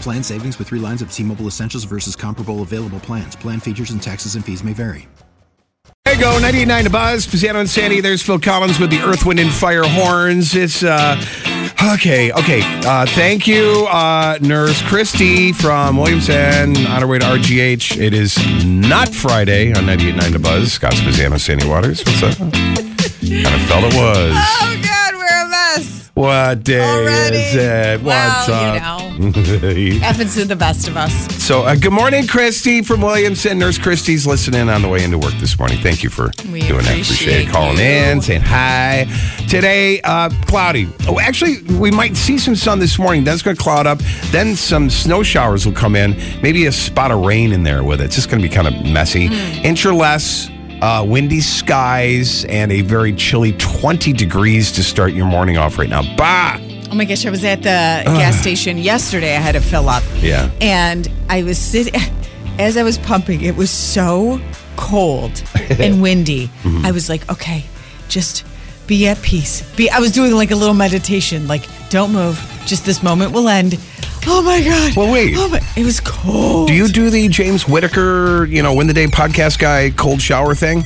Plan savings with three lines of T Mobile Essentials versus comparable available plans. Plan features and taxes and fees may vary. There you go, 98.9 to Buzz, Pizzano and Sandy. There's Phil Collins with the Earth, Wind, and Fire horns. It's, uh, okay, okay. Uh, thank you, uh, Nurse Christy from Williamson, on her way to RGH. It is not Friday on 98.9 to Buzz. Scott Pizzano, Sandy Waters. What's up? kind of felt it was. Oh God, we're a mess. What day Already? is it? What's Well, you up? Happens to the best of us. So, uh, good morning, Christy from Williamson. Nurse Christy's listening on the way into work this morning. Thank you for We doing that. appreciate Appreciate it. Calling you. in, saying hi. Today, uh, cloudy. Oh, actually, we might see some sun this morning. That's going to cloud up. Then some snow showers will come in. Maybe a spot of rain in there with it. It's just going to be kind of messy. Hmm. Inch or less. Uh, windy skies and a very chilly 20 degrees to start your morning off right now. Bah! Oh my gosh, I was at the gas station yesterday. I had to fill up. Yeah. And I was sitting, as I was pumping, it was so cold and windy. Mm-hmm. I was like, okay, just be at peace. Be. I was doing like a little meditation, like, don't move. Just this moment will end. Oh my God. Well, wait. Oh my, it was cold. Do you do the James Whitaker, you know, win the day podcast guy cold shower thing?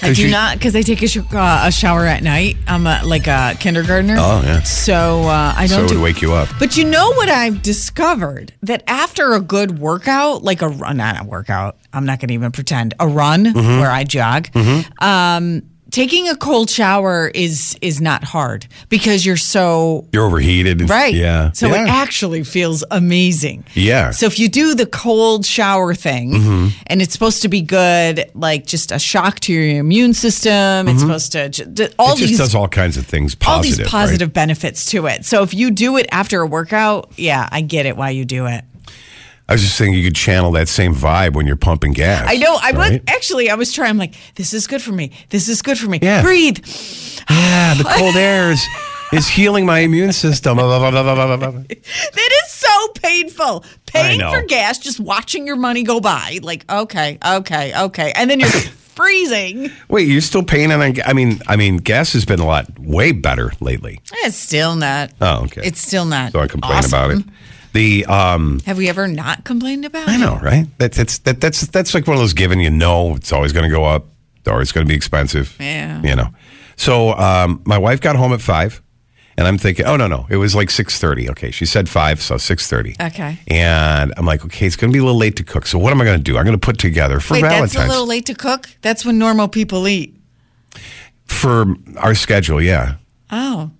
I 'Cause do you- not because I take a, sh- uh, a shower at night. I'm a, like a kindergartner. Oh, yeah. So uh, I don't. So it would do- wake you up. But you know what I've discovered that after a good workout, like a run, not a workout. I'm not going to even pretend a run Mm-hmm. where I jog. Um, taking a cold shower is is not hard because you're so You're overheated. Oh. Right. Yeah. So yeah. it actually feels amazing. Yeah. Mm-hmm. So if you do the cold shower thing, and it's supposed to be good, like just a shock to your immune system. It's supposed to ju- d- all Mm-hmm. It just these does all kinds of things positive. all these right? positive benefits to it. So if you do it after a workout, yeah, I get it why you do it. I was just saying you could channel that same vibe when you're pumping gas. I know. I was right? actually I was trying. I'm like, this is good for me. This is good for me. Yeah. Breathe. Yeah, Ah, the cold air is, is healing my immune system. Blah, blah, blah, blah, blah, blah, blah. That is so painful. Paying know. for gas, just watching your money go by. Like, okay, okay, okay. And then you're freezing. Wait, you're still paying on? I mean, I mean, gas has been a lot way better lately. It's still not. Oh, okay. It's still not. so I complain awesome. about it. The um, Have we ever not complained about I it? know, right? That's that's that, that's that's like one of those given. You know, it's always going to go up, or it's going to be expensive. Yeah. you know. So um, my wife got home at five, and I'm thinking, oh no, no, it was like six thirty. Okay, she said five, so six thirty. Okay. And I'm like, okay, it's going to be a little late to cook. So what am I going to do? I'm going to put together for Wait, Valentine's that's a little late to cook? That's when normal people eat. for our schedule. Yeah, Oh.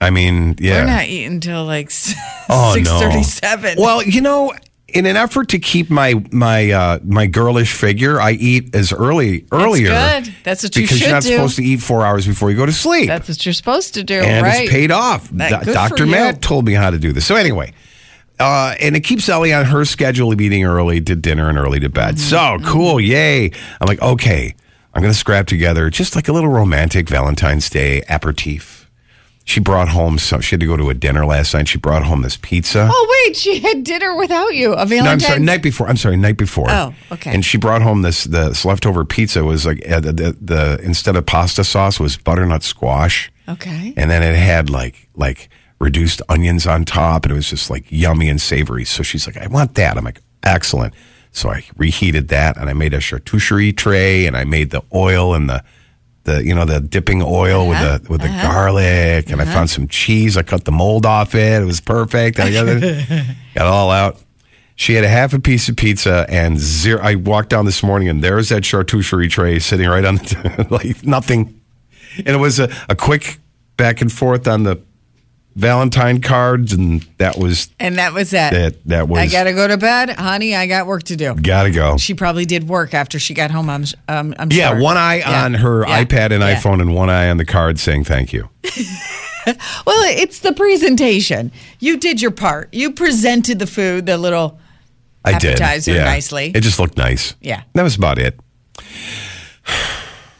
I mean, yeah. We're not eating till like s- Oh, no. 637. Well, you know, in an effort to keep my my uh, my girlish figure, I eat as early earlier. good. That's what you because should you're not do. supposed to eat four hours before you go to sleep. That's what you're supposed to do, and right? it's paid off. That- Do- good for Dr. you. Matt told me how to do this. So anyway, uh, and it keeps Ellie on her schedule of eating early to dinner and early to bed. Mm-hmm, So cool, yay! I'm like, okay, I'm gonna scrap together just like a little romantic Valentine's Day aperitif. She brought home some. She had to go to a dinner last night. She brought home this pizza. Oh, wait. She had dinner without you. A Valentine's No, I'm sorry. Night before. I'm sorry. Night before. Oh, okay. And she brought home this this leftover pizza was like uh, the, the, the instead of pasta sauce was butternut squash, Okay. and then it had like like reduced onions on top, and it was just like yummy and savory. So she's like, I want that. I'm like, excellent. So I reheated that, and I made a charcuterie tray, and I made the oil and the the you know the dipping oil Uh-huh, with the with the garlic, and I found some cheese. I cut the mold off it. It was perfect. I got it, got it all out. She had a half a piece of pizza and zero. I walked down this morning, and there's that charcuterie tray sitting right on the like nothing. And it was a, a quick back and forth on the Valentine cards, and that was And that was that. That- that was- I gotta go to bed, honey. I got work to do. gotta go. She probably did work after she got home. I'm, s- um, I'm Yeah, sure. one eye Yeah. on her Yeah. iPad and Yeah. iPhone, and one eye on the card saying thank you. Well, it's the presentation. You did your part. You presented the food, the little I Appetizer did. Yeah. nicely. It just looked nice. Yeah. That was about it.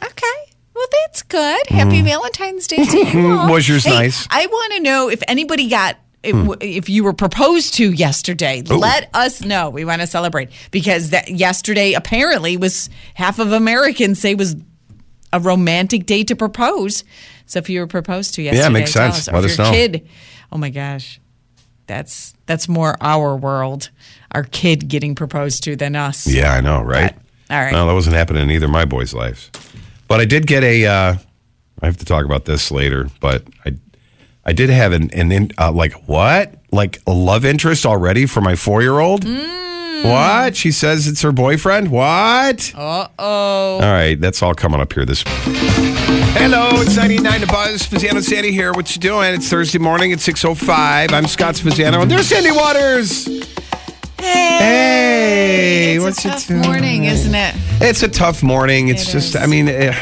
Okay. Well, that's good. Happy Valentine's Day to you. all. Mm. Was yours nice? Hmm. I want to know if anybody got. If, if you were proposed to yesterday, let us know. We want to celebrate because that yesterday apparently was half of Americans say was a romantic day to propose. So if you were proposed to yesterday, makes tell Us, sense. Or Let if us your know. Kid, oh my gosh, that's that's more our world. Our kid getting proposed to than us. Yeah, I know, right? But- all right. No, that wasn't happening in either of my boys' lives. But I did get a. Uh, I have to talk about this later, but I, I did have an an in, uh, like what like a love interest already for my four year old. Mm. What she says it's her boyfriend. What? Uh oh. All right, that's all coming up here this. Hello, it's 99 to Buzz. Spaziano Sandy here. What you doing? It's Thursday morning at 6.05. I'm Scott Spaziano, and there's Sandy Waters. Hey, it's what's a it tough doing? morning, isn't it? It's a tough morning. It's It just, is. I mean, eh,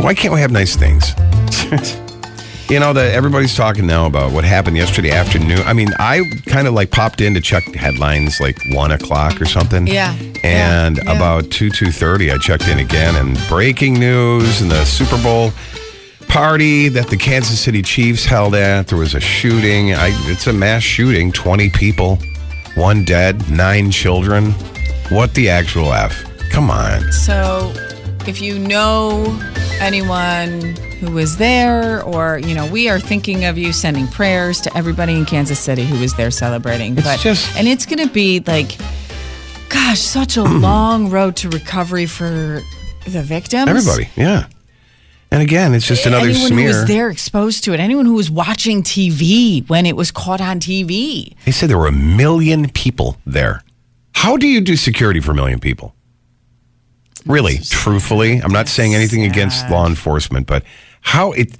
why can't we have nice things? you know, that everybody's talking now about what happened yesterday afternoon. I mean, I kind of like popped in to check headlines like one o'clock or something. Yeah. And Yeah. Yeah. about two two thirty, I checked in again, and breaking news and the Super Bowl party that the Kansas City Chiefs held at. There was a shooting. I, it's a mass shooting. Twenty people, one dead, nine children. What the actual f? Come on. So, if you know anyone who was there, or you know, we are thinking of you, sending prayers to everybody in Kansas City who was there celebrating. It's just- and it's going to be like, gosh, such a Hmm. long road to recovery for the victims. Everybody, yeah. And again, it's just another Eh, anyone smear. who was there exposed to it, anyone who was watching TV when it was caught on TV. They said there were a million people there. How do you do security for a million people? Really, truthfully, I'm not saying anything against law enforcement, but how it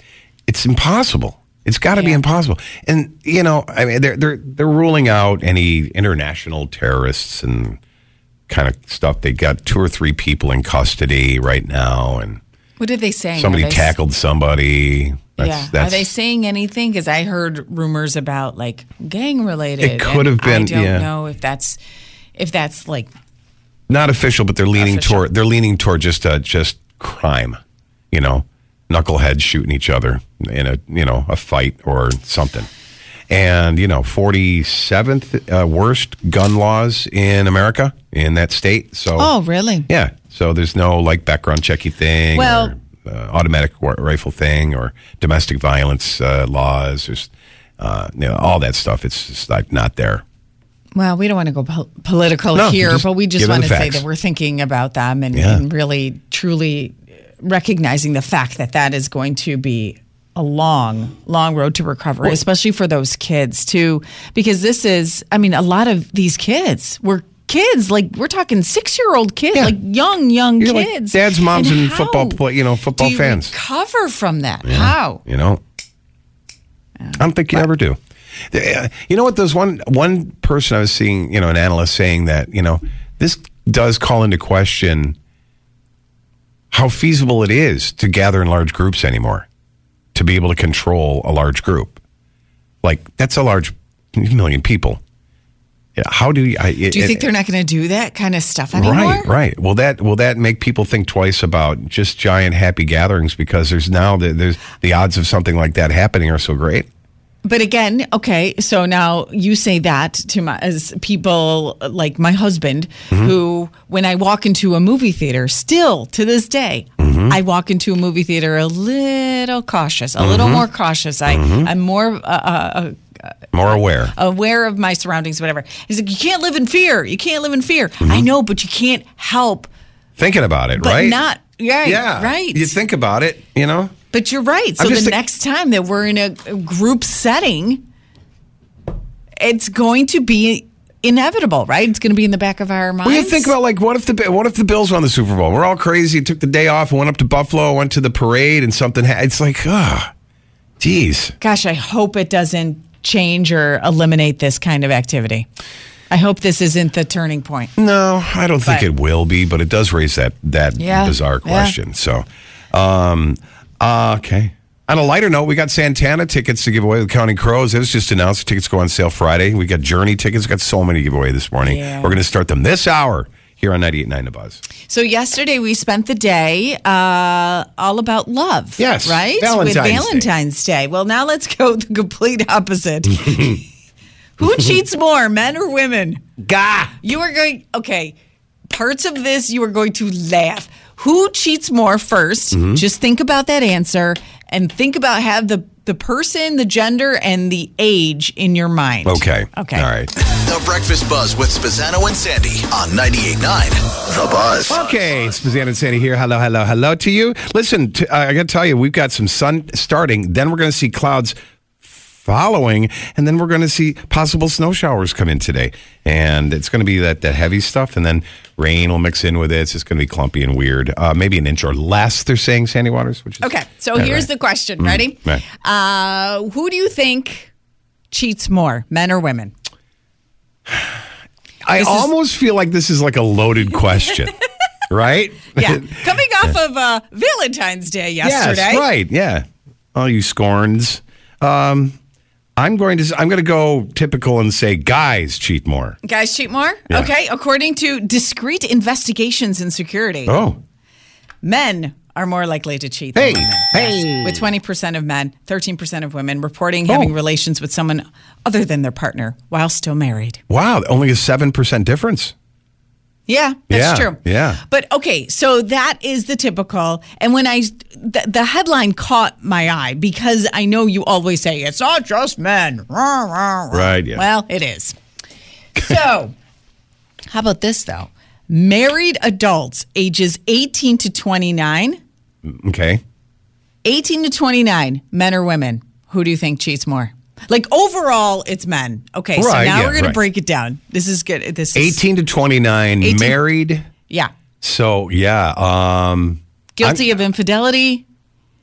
it's impossible. It's got to be impossible. And you know, I mean, they're they're they're ruling out any international terrorists and kind of stuff. They got two or three people in custody right now, and What did they say? somebody Are they- tackled somebody. That's, yeah. that's, Are they saying anything? Because I heard rumors about like gang related. It could have been, I don't yeah. know if that's if that's like not official, but they're leaning Official. toward they're leaning toward just uh, just crime, you know, knuckleheads shooting each other in a you know a fight or something. And you know, forty seventh uh, worst gun laws in America in that state. So Oh, really? yeah, so there's no like background checky thing. Well- or, uh, automatic wa- rifle thing or domestic violence uh, laws. There's uh, you know all that stuff. It's just like not there. Well, we don't want to go pol- political No, here, just but we give just them want the to say facts. that we're thinking about them and, Yeah. and really truly recognizing the fact that that is going to be a long, long road to recovery, especially for those kids too, because this is, I mean, a lot of these kids were kids like we're talking six-year-old kids Yeah. like young young You're like kids dads, moms, and how football play- you know, football do you fans. recover from that how You know, I don't think you ever do. They- uh, You know what? There's one one person I was seeing, you know, an analyst saying that you know this does call into question how feasible it is to gather in large groups anymore, to be able to control a large group. Like that's a large million people. Yeah, How do you? I, do you think they're not going to do that kind of stuff anymore Right, right. Will that will that make people think twice about just giant happy gatherings because there's now the, there's the odds of something like that happening are so great. But again, okay, so now you say that to my as people like my husband, who when I walk into a movie theater, still to this day, I walk into a movie theater a little cautious, a little more cautious. I I'm more uh, uh, More aware. aware of my surroundings, whatever. He's like, you can't live in fear. You can't live in fear. I know, but you can't help Thinking about it, but right? not Right. Yeah. Right. You think about it, you know? But you're right. So I'm the just think- next time that we're in a group setting, it's going to be inevitable, right? It's going to be in the back of our minds. Well, you think about like what if the what if the Bills won the Super Bowl? We're all crazy. Took the day off, went up to Buffalo, went to the parade, and something. Ha- it's like, ah, geez. Gosh, I hope it doesn't change or eliminate this kind of activity. I hope this isn't the turning point. No, I don't think But- it will be, but it does raise that that Yeah, bizarre yeah. question. So, um, uh, okay. On a lighter note, we got Santana tickets to give away with Counting Crows. It was just announced. Tickets go on sale Friday. We got Journey tickets. We got so many to give away this morning. Yeah. We're going to start them this hour here on 98.9 The Buzz. So yesterday we spent the day uh, all about love. Yes, right. Valentine's With Day. Valentine's Day. Well, now let's go the complete opposite. Who cheats more, men or women? Gah! You are going okay. Parts of this you are going to laugh. Who cheats more 1st Mm-hmm. Just think about that answer and think about have the the person, the gender, and the age in your mind. Okay. Okay. All right. The Breakfast Buzz with Spazzano and Sandy on 98.9 The Buzz. Okay, it's Bazan and Sandy here. Hello, hello, hello to you. Listen, t- I I gotta tell you, we've got some sun starting. Then we're gonna see clouds following, and then we're gonna see possible snow showers come in today. And it's gonna be that that heavy stuff, and then rain will mix in with it. It's just gonna be clumpy and weird. Uh, maybe an inch or less. They're saying Sandy Waters, which is Okay. So All here's right. Mm. the question. Ready? Right. Uh, who do you think cheats more, men or women? I this is- almost feel like this is like a loaded question, right? Yeah. Coming off of uh, Valentine's Day yesterday. Yes, right. Yeah. Oh, you scorns. Um, I'm going to I'm going to go typical and say guys cheat more. Guys cheat more? Yeah. Okay. According to discreet investigations in security, Oh, men are more likely to cheat Hey, than women. hey. Oh. With 20% of men, 13% of women reporting having relations with someone other than their partner while still married. wow! Only a seven percent difference. Yeah, that's Yeah, true. yeah. But okay, so that is the typical. And when I, the, the headline caught my eye because I know you always say it's not just men. Rah, rah, rah. Right, yeah. Well, it is. So, how about this though? Married adults ages 18 to 29, Okay. 18 to 29, men or women, who do you think cheats more? Like overall, it's men. Okay, so Right, now yeah, we're going right. to break it down. This is good. This is Eighteen to twenty nine, 18. married. Yeah. So yeah, um, Guilty of infidelity.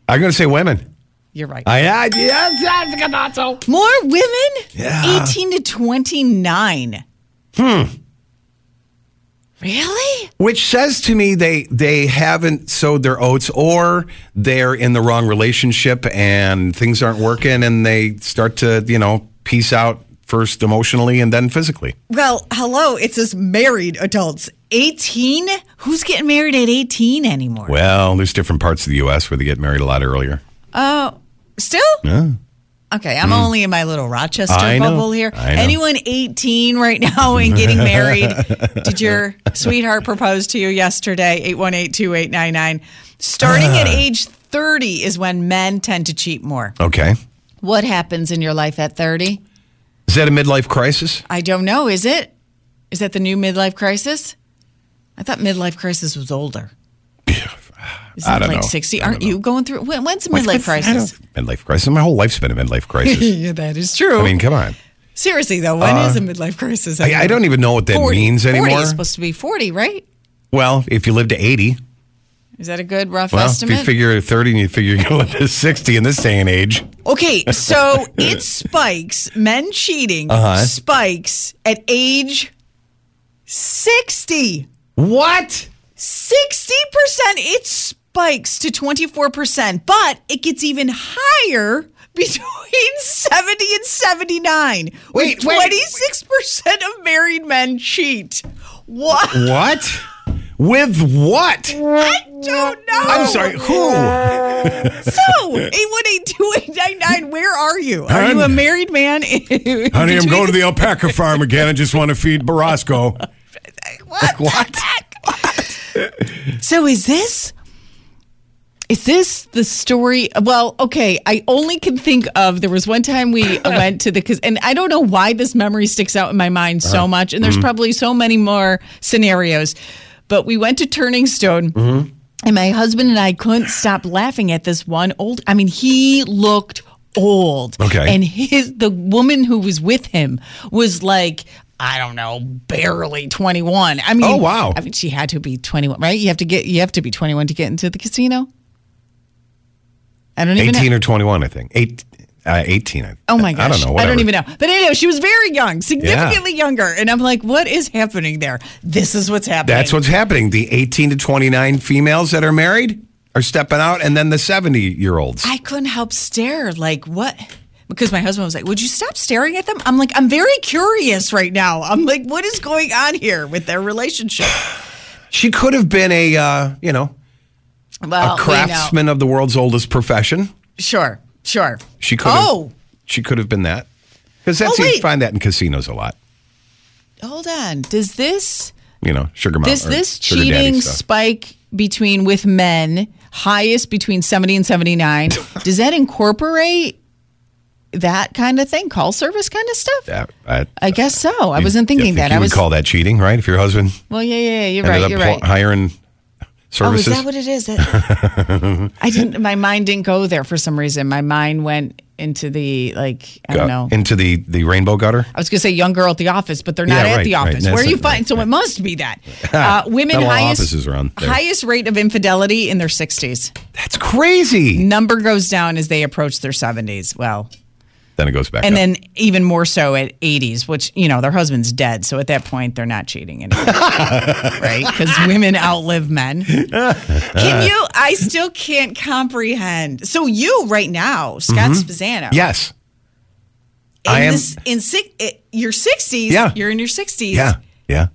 I'm going to say women. You're right. I I- yes, yes, I thought so. More women? Yeah. 18 to 29. Hmm. Really? Which says to me they they haven't sowed their oats, or they're in the wrong relationship and things aren't working, and they start to you know peace out first emotionally and then physically. Well, hello. It says married adults. 18? Who's getting married at 18 anymore? Well, there's different parts of the U.S. where they get married a lot earlier. Uh, Still? Okay, I'm only in my little Rochester Hmm. I know. bubble here. I know. Anyone 18 right now and getting married? did your sweetheart propose to you yesterday? 8182899. Starting at Ah. age 30 is when men tend to cheat more. Okay, What happens in your life at 30? is that a midlife crisis? I don't know. Is it? Is that the new midlife crisis? I thought midlife crisis was older. Is I that don't like know. 60? I don't Aren't you going through? When, when's the midlife I crisis? don't- Midlife crisis. My whole life's been a midlife crisis. Yeah, that is true. I mean, come on. Seriously, though, when is a midlife crisis? I, I don't even know what that 40. means 40 anymore. is supposed to be 40, right? Well, if you live to 80, Is that a good rough well, estimate? if you figure 30 and you figure you're going to live to 60 in this day and age. okay, so it spikes, men cheating Uh-huh. spikes at age 60. What? 60%. It spikes to 24%, but it gets even higher between 70 and 79. with Wait, wait, 26% of married men cheat. What? What? With what? I don't know. I'm sorry, who? So, 818 where are you? Are you a Hun- married man? Honey, I'm going to the alpaca farm again. I just want to feed Barrasco. What? the What? heck? So is this is this the story? Well, okay. I only can think of there was one time we went to the cas- and I don't know why this memory sticks out in my mind so Mm-hmm. much. And there's probably so many more scenarios, but we went to Turning Stone. And my husband and I couldn't stop laughing at this one old. I mean, he looked old. Okay. And his the woman who was with him was like. I don't know, barely 21. I mean, Oh, wow. I mean, she had to be 21, right? You have to get you have to be 21 to get into the casino. I don't even know. 18 or 21, I think. Eight, uh, 18. I, Oh my gosh. I don't know. I don't whatever. even know. But anyway, she was very young, significantly younger. And I'm like, what is happening there? This is what's happening. That's what's happening. The 18 to 29 females that are married are stepping out, and then the 70 year olds. I couldn't help stare. Like, what? Because my husband was like, would you stop staring at them? I'm like, I'm very curious right now. I'm like, what is going on here with their relationship? She could have been a, uh, you know, Well, a you know, craftsman of the world's oldest profession. sure, sure. She could. Oh, have, she could have been that because that's Oh, you wait. find that in casinos a lot. hold on. Does this. You know, sugar mom. this or this sugar daddy cheating stuff. spike between with men highest between 70 and 79 does that incorporate that kind of thing call service kind of stuff Yeah, I, i guess so i you- wasn't thinking think that You i would was call that cheating, right? If your husband well yeah yeah yeah, you're ended right up you're pl- right hiring oh is services. that what it is That- i didn't my mind didn't go there for some reason my mind went into the like i don't know Into the the rainbow gutter. I was going to say young girl at the office, but they're not Yeah, at right, the right. office. That's Where you it, find right, so it must be that uh, women Not a lot of highest offices around there. highest rate of infidelity in their sixties. That's crazy. Number goes down as they approach their seventies. Well, Then it goes back. and up. then even more so at eighties, which you know their husband's dead, so at that point they're not cheating anymore, right? Because women outlive men. Can you? I still can't comprehend. So you right now, Scott Spizzano, Mm-hmm. yes, in I am- this, in six, eh, your sixties, Yeah. you're in your sixties, yeah, yeah.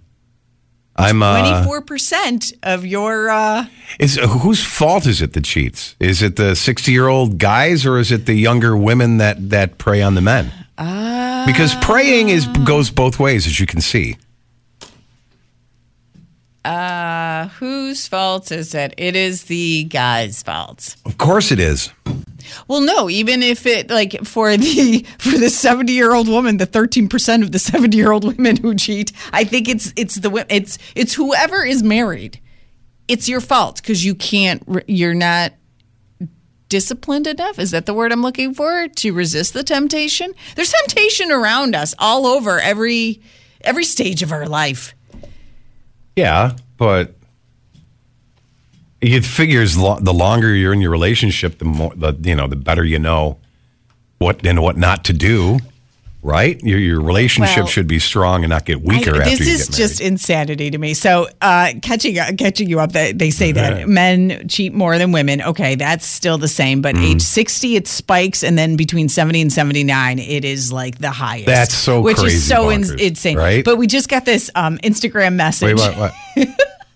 I'm uh, Twenty-four percent of your uh, Is whose fault is it that cheats? Is it the sixty-year-old guys or is it the younger women that that prey on the men? because preying is goes both ways, as you can see. uh, whose fault is it? It is the guy's fault. Of course, it is. Well, no, even if it like for the for the 70-year-old woman, the 13% of the 70-year-old women who cheat, I think it's it's the wo- it's it's whoever is married. It's your fault cuz you can't re- you're not disciplined enough is that the word I'm looking for to resist the temptation? There's temptation around us all over every every stage of our life. Yeah, but it figures lo- the longer you're in your relationship, the more the you know the better you know what and what not to do. Right, your your relationship Well- should be strong and not get I- weaker after this you is get married. just insanity to me. So uh, catching catching you up, they, they say that men cheat more than women. Okay, that's still the same. But Mm-hmm. age sixty, it spikes, and then between seventy and seventy nine, it is like the highest. That's so which crazy is so bonkers, insane. right? But we just got this um, Instagram message. Wait, what, what?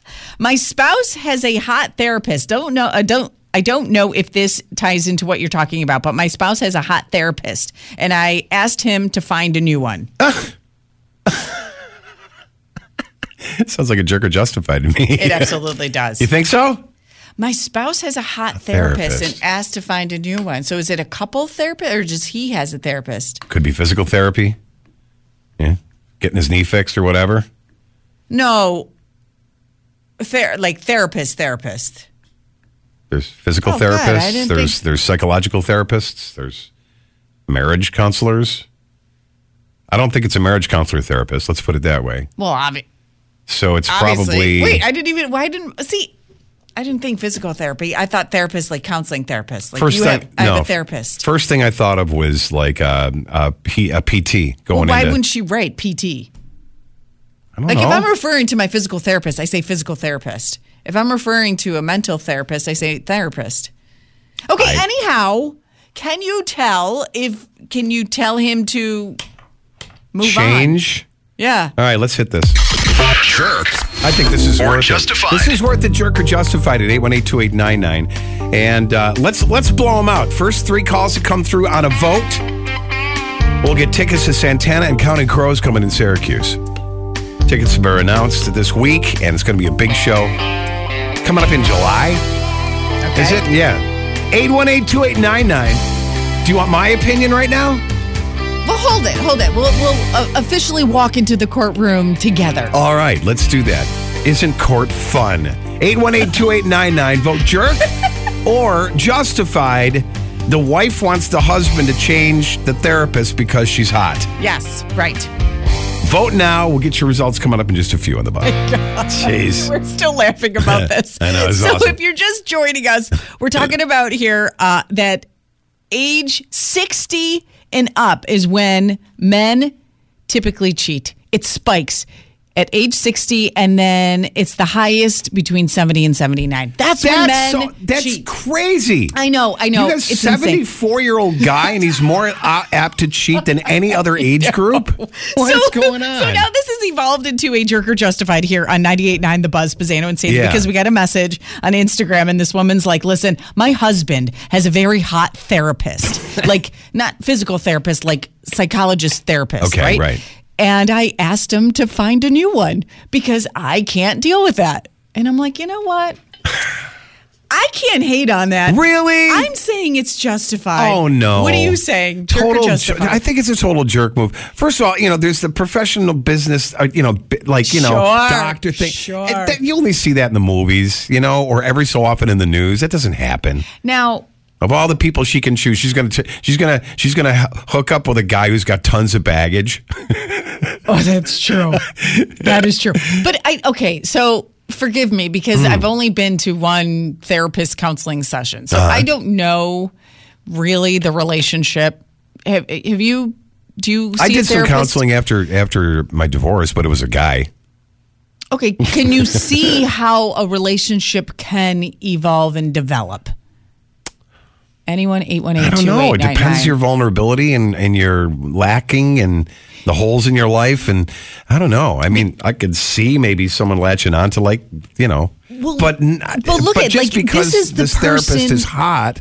My spouse has a hot therapist. Don't know. I don't. I don't know if this ties into what you're talking about, but my spouse has a hot therapist, and I asked him to find a new one. Sounds like a jerk or justified to me. It absolutely does. You think so? My spouse has a hot therapist. therapist, and asked to find a new one. So is it a couple therapist or just he has a therapist? Could be physical therapy. Yeah. Getting his knee fixed or whatever. No. Ther- like therapist, therapist. There's physical Oh, God, I therapists. didn't there's think- there's psychological therapists. There's marriage counselors. I don't think it's a marriage counselor therapist. Let's put it that way. Well, obvi- So it's obviously. probably Wait, I didn't even. Why didn't see? I didn't think physical therapy. I thought therapist like counseling therapist. Like you have, I have a f- therapist. First thing I thought of was like uh, a, P, a PT Well, going why into. wouldn't she write PT? I don't Like know. if I'm referring to my physical therapist, I say physical therapist. If I'm referring to a mental therapist, I say therapist. Okay, anyhow, can you tell if can you tell him to move on? change. Yeah. All right, let's hit this. Jerk. I think this is Or worth it. justified. This is worth the jerk or justified at 818-2899. And uh, let's let's blow them out. First three calls that come through on a vote. We'll get tickets to Santana and Counting Crows coming in Syracuse. Tickets were announced this week, and it's going to be a big show coming up in July. Is it? Yeah. 818-2899. Do you want my opinion right now? Well, hold it, hold it. We'll we'll uh, officially walk into the courtroom together. All right, let's do that. Isn't court fun? 818 2899. Vote jerk or justified. The wife wants the husband to change the therapist because she's hot. Yes, right. Vote now. We'll get your results coming up in just a few on the button. Jeez. We're still laughing about this. I know, it's so awesome. if you're just joining us, we're talking about here uh, that age 60 and up is when men typically cheat. It spikes at age 60 and then it's the highest between 70 and 79. That's, when men That's, so, that's cheat. crazy. I know, I know. You got a It's insane. 74 year old guy, and he's more a- apt to cheat than any other age group. What's going on? So now this has evolved into a jerker justified here on 98.9 The Buzz, Pizzano and Sandy, Yeah. because we got a message on Instagram and this woman's like, listen, my husband has a very hot therapist, like not physical therapist, like psychologist therapist, Okay, right? right. And I asked him to find a new one because I can't deal with that. And I'm like, you know what? I can't hate on that. Really? I'm saying it's justified. Oh no! What are you saying? Jerk or Total. jer- justified? I think it's a total jerk move. First of all, you know, there's the professional business, uh, you know, bi- like you know, Sure, doctor thing. sure. It- that- you only see that in the movies, you know, or every so often in the news. That doesn't happen. now, Of all the people she can choose, she's gonna t- she's gonna she's gonna h- hook up with a guy who's got tons of baggage. Oh, that's true. that is true. But I okay, so forgive me because Hmm. I've only been to one therapist counseling session. So Uh-huh. I don't know really the relationship. Have, have you do you see I a did some therapist? counseling after after my divorce, but it was a guy. Okay, can you see how a relationship can evolve and develop? Anyone eight one eight two I eight don't nine nine. know. It depends your vulnerability and, and your lacking and the holes in your life. And I don't know. I mean, I could see maybe someone latching on to like, you know, Well, but, not, but look at, like, just this because is the this therapist person- is hot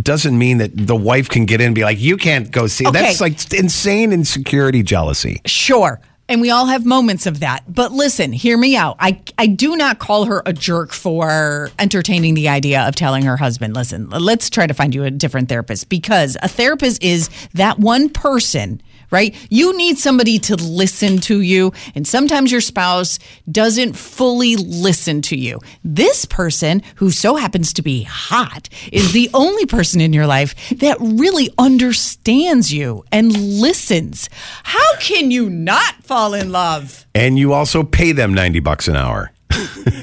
doesn't mean that the wife can get in and be like, you can't go see. Okay. That's like insane insecurity jealousy. Sure. And we all have moments of that. But listen, hear me out. I, I do not call her a jerk for entertaining the idea of telling her husband, listen, let's try to find you a different therapist because a therapist is that one person, right? You need somebody to listen to you. And sometimes your spouse doesn't fully listen to you. This person, who so happens to be hot, is the only person in your life that really understands you and listens. How can you not fall in love? And you also pay them 90 bucks an hour.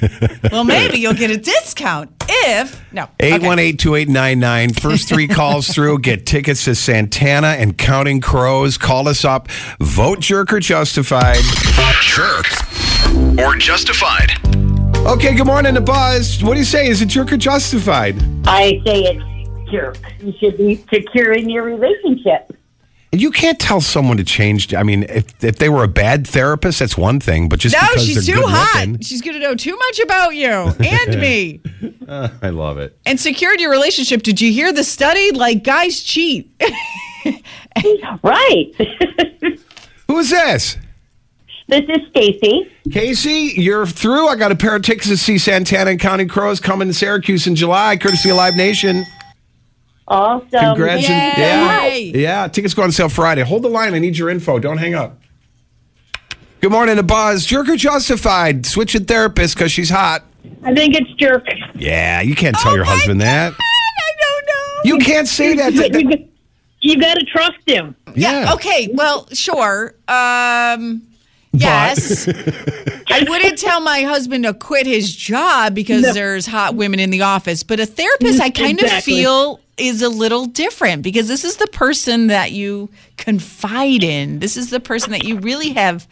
Well, maybe you'll get a discount if no. okay. 818 2899. First three calls through. Get tickets to Santana and Counting Crows. Call us up. Vote jerk or justified. Jerk or justified. Okay, good morning to Buzz. What do you say? Is it jerk or justified? I say it's jerk. You should be secure in your relationship. And you can't tell someone to change. I mean, if, if they were a bad therapist, that's one thing, but just No, because she's they're too good hot. looking- She's going to know too much about you and me. Ah, I love it. And security relationship. Did you hear the study? Like guys cheat. Right. Who is this? this is Stacy. Casey, you're through. I got a pair of tickets to see Santana and Counting Crows coming to Syracuse in July, courtesy of Live Nation. Also, Congrats. and- yeah. Yay. Yeah. Tickets go on sale Friday. Hold the line. I need your info. Don't hang up. Good morning to Buzz. Jerker justified. Switching therapist because she's hot. I think it's jerk. Yeah. You can't tell Oh your my husband that. God, I don't know. You can't say that. to- You, g- you got to trust him. yeah. Okay, well, sure. Um yes. I wouldn't tell my husband to quit his job because there's hot women in the office, but a therapist I kind Exactly. of feel is a little different because this is the person that you confide in. This is the person that you really have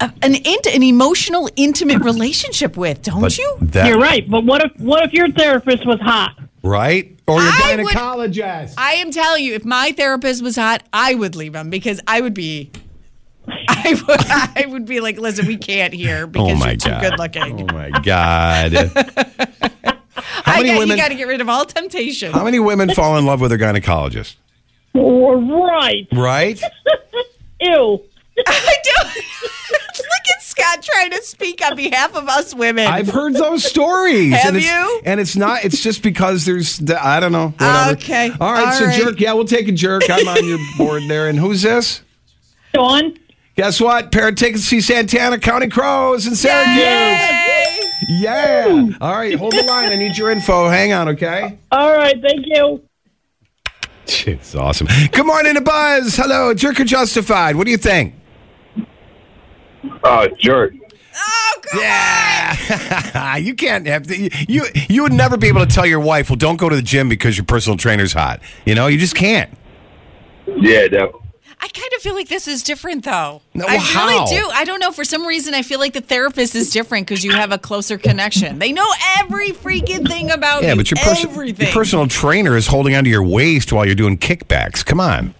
a- an int- an emotional intimate relationship with, don't But you? that- You're right. But what if what if your therapist was hot? Right? Or your I would- gynecologist. I am telling you, if my therapist was hot, I would leave him because I would be. I would, I would be like, listen, we can't hear because Oh my you're too God. good looking. oh, my God. how, I many got, women, you got to get rid of all temptation. how many women fall in love with their gynecologist? Right. Right? Ew. I do. Look at Scott trying to speak on behalf of us women. I've heard those stories. Have and it's, you? Ah, And it's not. It's just because there's. The, I don't know. Whatever. Okay. All right. All so right. jerk. Yeah, we'll take a jerk. I'm on your board there. And who's this? Dawn. Guess what? Parent tickets to see Santana County Crows in Syracuse. Yay! Yeah. All right, hold the line. I need your info. Hang on, okay? All right, thank you. It's awesome. Good morning to Buzz. Hello, Jerk or Justified. What do you think? Uh, jerk. Oh, God. Yeah. you can't have the, you you would never be able to tell your wife, "Well, don't go to the gym because your personal trainer's hot." You know, you just can't. Yeah, that. I kind of feel like this is different, though. No, I how? really do. I don't know. For some reason, I feel like the therapist is different because you have a closer connection. They know every freaking thing about Yeah, Oh, you. but your, pers- everything. your personal trainer is holding onto your waist while you're doing kickbacks. Come on.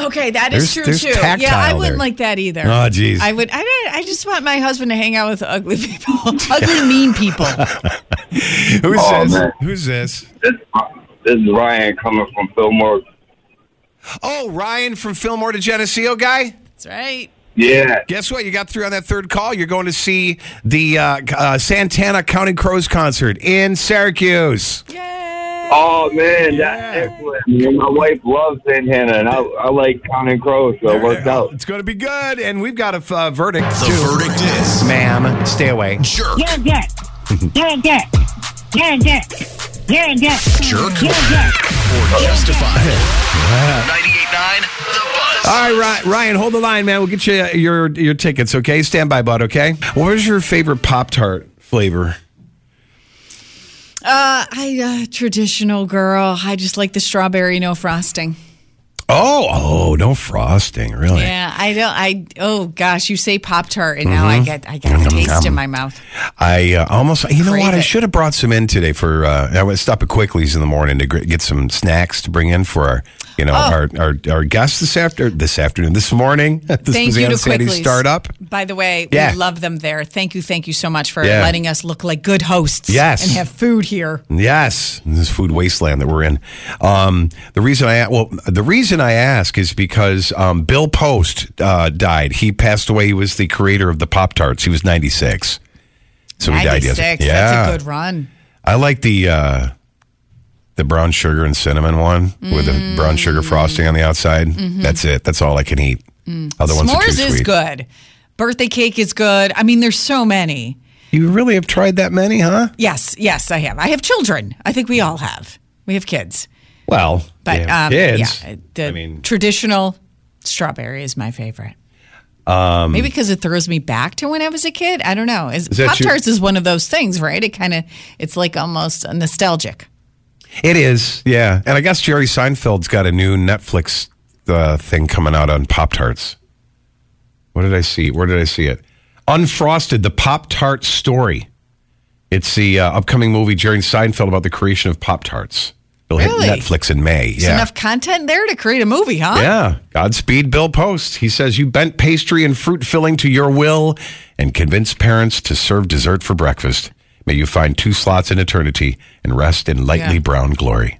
Okay, that is There's- true there's too. tactile Yeah, I wouldn't there. like that either. Oh, jeez. I would. I, don't- I just want my husband to hang out with ugly people, ugly mean people. Uh, Who's Oh, this? man. Who's this? This, this is Ryan coming from Fillmore. Oh, Ryan from Fillmore to Geneseo guy. That's right. Yeah. Guess what? You got through on that third call. You're going to see the uh, uh, Santana County Crows concert in Syracuse. Yay! Oh man, Yeah. that's excellent. Man, My wife loves Santana, and I, I like Conan Crow, so it worked out. It's going to be good, and we've got a uh, verdict. The too. verdict is ma'am, stay away. jerk, Yeah, yeah. Yeah, yeah. Yeah, yeah. Yeah, yeah. Jerk. Yeah, yeah. or justified. 98.9 The Buzz. All right, Ry- Ryan, hold the line, man. We'll get you uh, your your tickets, okay? Stand by, bud, okay? What was your favorite Pop Tart flavor? Uh, I uh, traditional girl. I just like the strawberry, no frosting. Oh, oh, no frosting, really? Yeah, I don't. I oh gosh, you say pop tart, and now Mm-hmm. I get I get the taste in my mouth. I uh, almost, you know Crave what? I it. should have brought some in today for. Uh, I would stop at Quickly's in the morning to gr- get some snacks to bring in for our, you Oh. know, our, our our guests this after this afternoon, this morning. At this Thank Bazan you to Sandy Quickly's. startup. By the way, Yeah. we love them there. Thank you, thank you so much for Yeah. letting us look like good hosts. Yes. and have food here. Yes, this food wasteland that we're in. Um, the reason I well, the reason I ask is because um, Bill Post uh, died. He passed away. He was the creator of the Pop Tarts. He was ninety six, so he died. yesterday. Ninety-six. That's a good run. I like the uh, the brown sugar and cinnamon one with the brown Mm. sugar frosting on the outside. Mm-hmm. That's it. That's all I can eat. Other ones are too Mm. S'mores is sweet. good. Birthday cake is good. I mean, there's so many. You really have tried that many, huh? Yes, yes, I have. I have children. I think we all have. We have kids. Well, But yeah, um, kids. yeah, the I mean, traditional strawberry is my favorite. Um, Maybe because it throws me back to when I was a kid. I don't know. Is, that Pop Tarts is one of those things, right? It kind of it's like almost nostalgic. it is. Yeah, and I guess Jerry Seinfeld's got a new Netflix uh, thing coming out on Pop Tarts. What did I see? Where did I see it? Unfrosted: The Pop Tart Story. It's the uh, upcoming movie Jerry Seinfeld about the creation of Pop Tarts. It'll Really? hit Netflix in May. There's yeah. enough content there to create a movie, huh? Yeah. Godspeed, Bill Post. He says you bent pastry and fruit filling to your will and convinced parents to serve dessert for breakfast. May you find two slots in eternity and rest in lightly Yeah. brown glory.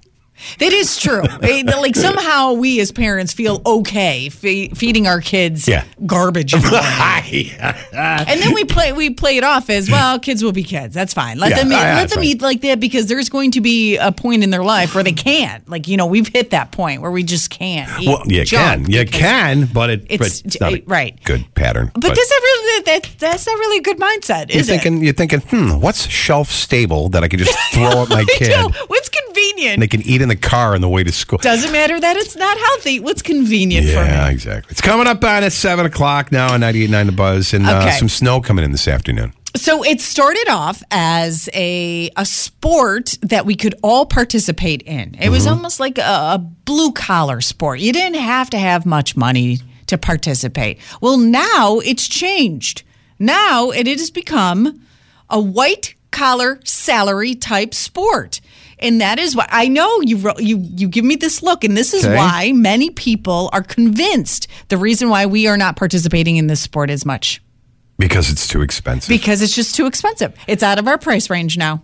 It is true. It- like somehow we as parents feel okay fe- feeding our kids Yeah. garbage, in the morning. yeah. and then we play we play it off as well. Kids will be kids. That's fine. Let Yeah, Ah, them eat, yeah, let it's them fine. eat like that because there's going to be a point in their life where they can't. Like you know, we've hit that point where we just can't. Eat Well, you junk can. You because- can, but it, It's- but it's not a it- right. good pattern. But, that's not really that. That's not really a good mindset, you're is it? thinking, you're thinking, hmm, what's shelf stable that I could just throw at my I kid know. What's convenient? and they can eat in the car on the way to school? Doesn't matter that it's not healthy. What's convenient Yeah, for me? exactly. It's coming up on at 7 o'clock now on 98.9 The Buzz and uh, Okay. some snow coming in this afternoon. So it started off as a a sport that we could all participate in. It was almost like a, a blue collar sport. You didn't have to have much money to participate. Well, now it's changed. Now it has become a white collar salary type sport. And that is why I know you wrote, you you give me this look and this is Okay. why many people are convinced the reason why we are not participating in this sport as much Because it's too expensive. because it's just too expensive. It's out of our price range now.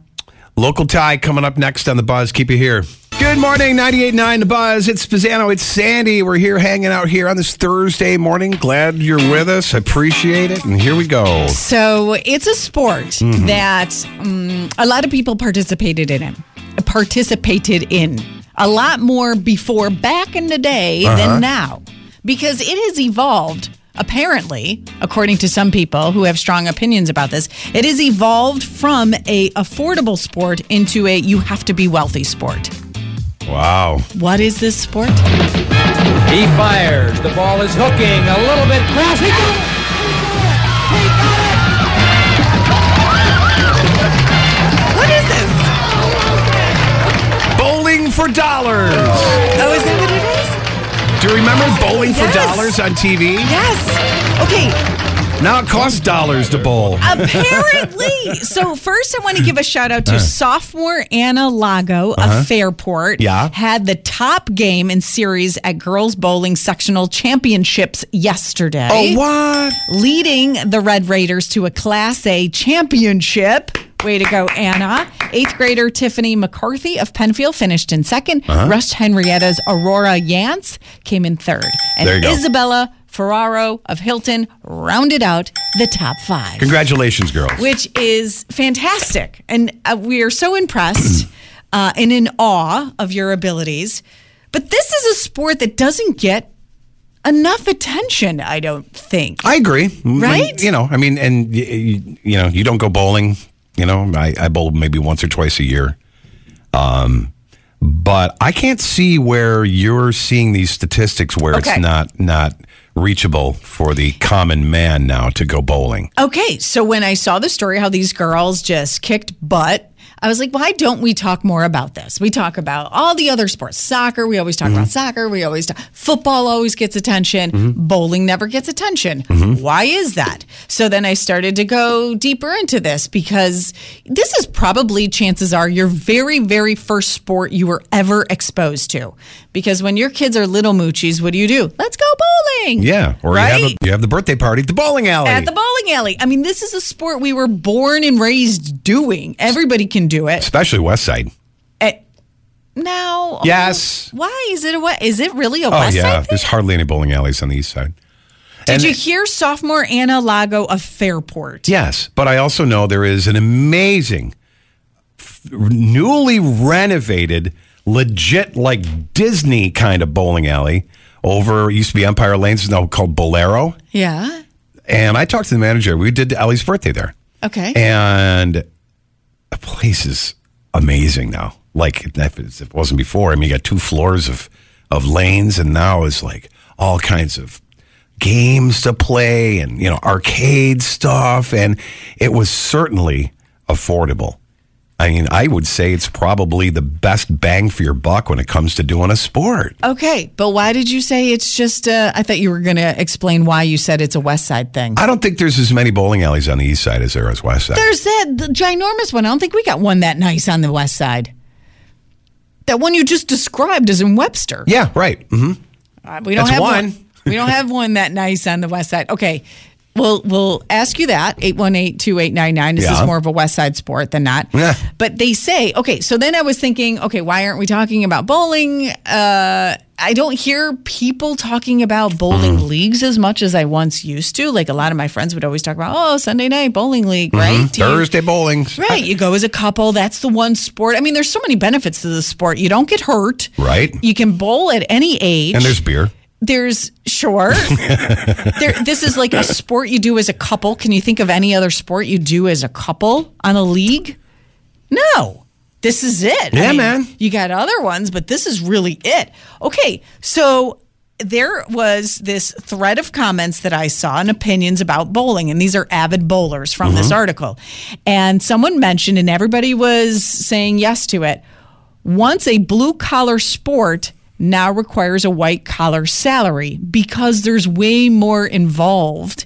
Local tie coming up next on The Buzz. Keep it here. Good morning, 98.9 The Buzz. It's Pisano. It's Sandy. We're here hanging out here on this Thursday morning. Glad you're with us. I appreciate it. And here we go. So it's a sport that um, a lot of people participated in it, participated in a lot more before back in the day than now because it has evolved apparently, according to some people who have strong opinions about this, it has evolved from a affordable sport into a you have to be wealthy sport. Wow. What is this sport? He fires. The ball is hooking a little bit cross. He got it. What is this? Bowling for dollars. Oh, is that what it is? Do you remember bowling for Yes. dollars on TV? Yes. Okay. Now it costs dollars to bowl. Apparently. so first I want to give a shout out to Uh. sophomore Anna Lago of Fairport. Uh-huh. Yeah. Had the top game in series at girls bowling sectional championships yesterday. Oh, what? Leading the Red Raiders to a Class A championship. Way to go, Anna. Eighth grader Tiffany McCarthy of Penfield finished in 2nd Uh-huh. Rush Henrietta's Aurora Yance came in third. And There you go. Isabella Ferraro of Hilton rounded out the top five Congratulations, girls. which is fantastic. And uh, we are so impressed uh, and in awe of your abilities. But this is a sport that doesn't get enough attention, I don't think. I agree. Right? You know, I mean, and y- y- you know, you don't go bowling. You know, I, I bowl maybe once or twice a year. Um, but I can't see where you're seeing these statistics where it's Okay. not not reachable for the common man now to go bowling. Okay, so when I saw the story how these girls just kicked butt, I was like, why don't we talk more about this? We talk about all the other sports. Soccer, we always talk Mhm. about soccer. We always talk. Football always gets attention. Bowling never gets attention. Mhm. Why is that? So then I started to go deeper into this because this is probably, chances are, your very, very first sport you were ever exposed to. Because when your kids are little moochies, what do you do? Let's go bowling. Yeah, or right? you have a, you have the birthday party at the bowling alley. At the bowling alley. I mean, this is a sport we were born and raised doing. Everybody can do it. Especially West Side. Eh, now, Yes. Why is it a what? Is it really a Oh Oh. West yeah, Side thing? there's hardly any bowling alleys on the East Side. Did and- you hear sophomore Anna Lago of Fairport? Yes, but I also know there is an amazing, f- newly renovated, legit like Disney kind of bowling alley over it used to be Empire Lanes, it's now called Bolero. Yeah. And I talked to the manager. We did Ellie's birthday there, Okay. and the place is amazing now. Like if it's- if it wasn't before. I mean, you got two floors of of lanes, and now it's like all kinds of games to play and you know arcade stuff and it was certainly affordable i mean i would say it's probably the best bang for your buck when it comes to doing a sport okay. But why did you say it's just, uh, I thought you were going to explain why you said it's a West Side thing. i don't think there's as many bowling alleys on the east side as there is west side There's that the ginormous one. I don't think we got one that nice on the West Side. That one you just described is in Webster. yeah right hmm Uh, We don't That's have one. one. We don't have one that nice on the west side. Okay. We'll we'll ask you that 818-2899. This Yeah. is more of a west side sport than not. Yeah. But they say, okay, so then I was thinking, okay, why aren't we talking about bowling? Uh I don't hear people talking about bowling Mm. leagues as much as I once used to. Like a lot of my friends would always talk about, oh, Sunday night bowling league, right? Do you- Mm-hmm. thursday bowling Right. You go as a couple. That's the one sport. I mean, there's so many benefits to the sport. You don't get hurt. Right. You can bowl at any age and there's beer there's sure there, this is like a sport you do as a couple can you think of any other sport you do as a couple on a league no this is it Yeah, man. you got other ones but this is really it okay so there was this thread of comments that I saw and opinions about bowling, and these are avid bowlers from this article. And someone mentioned, and everybody was saying yes to it once a blue collar sport now requires a white collar salary because there's way more involved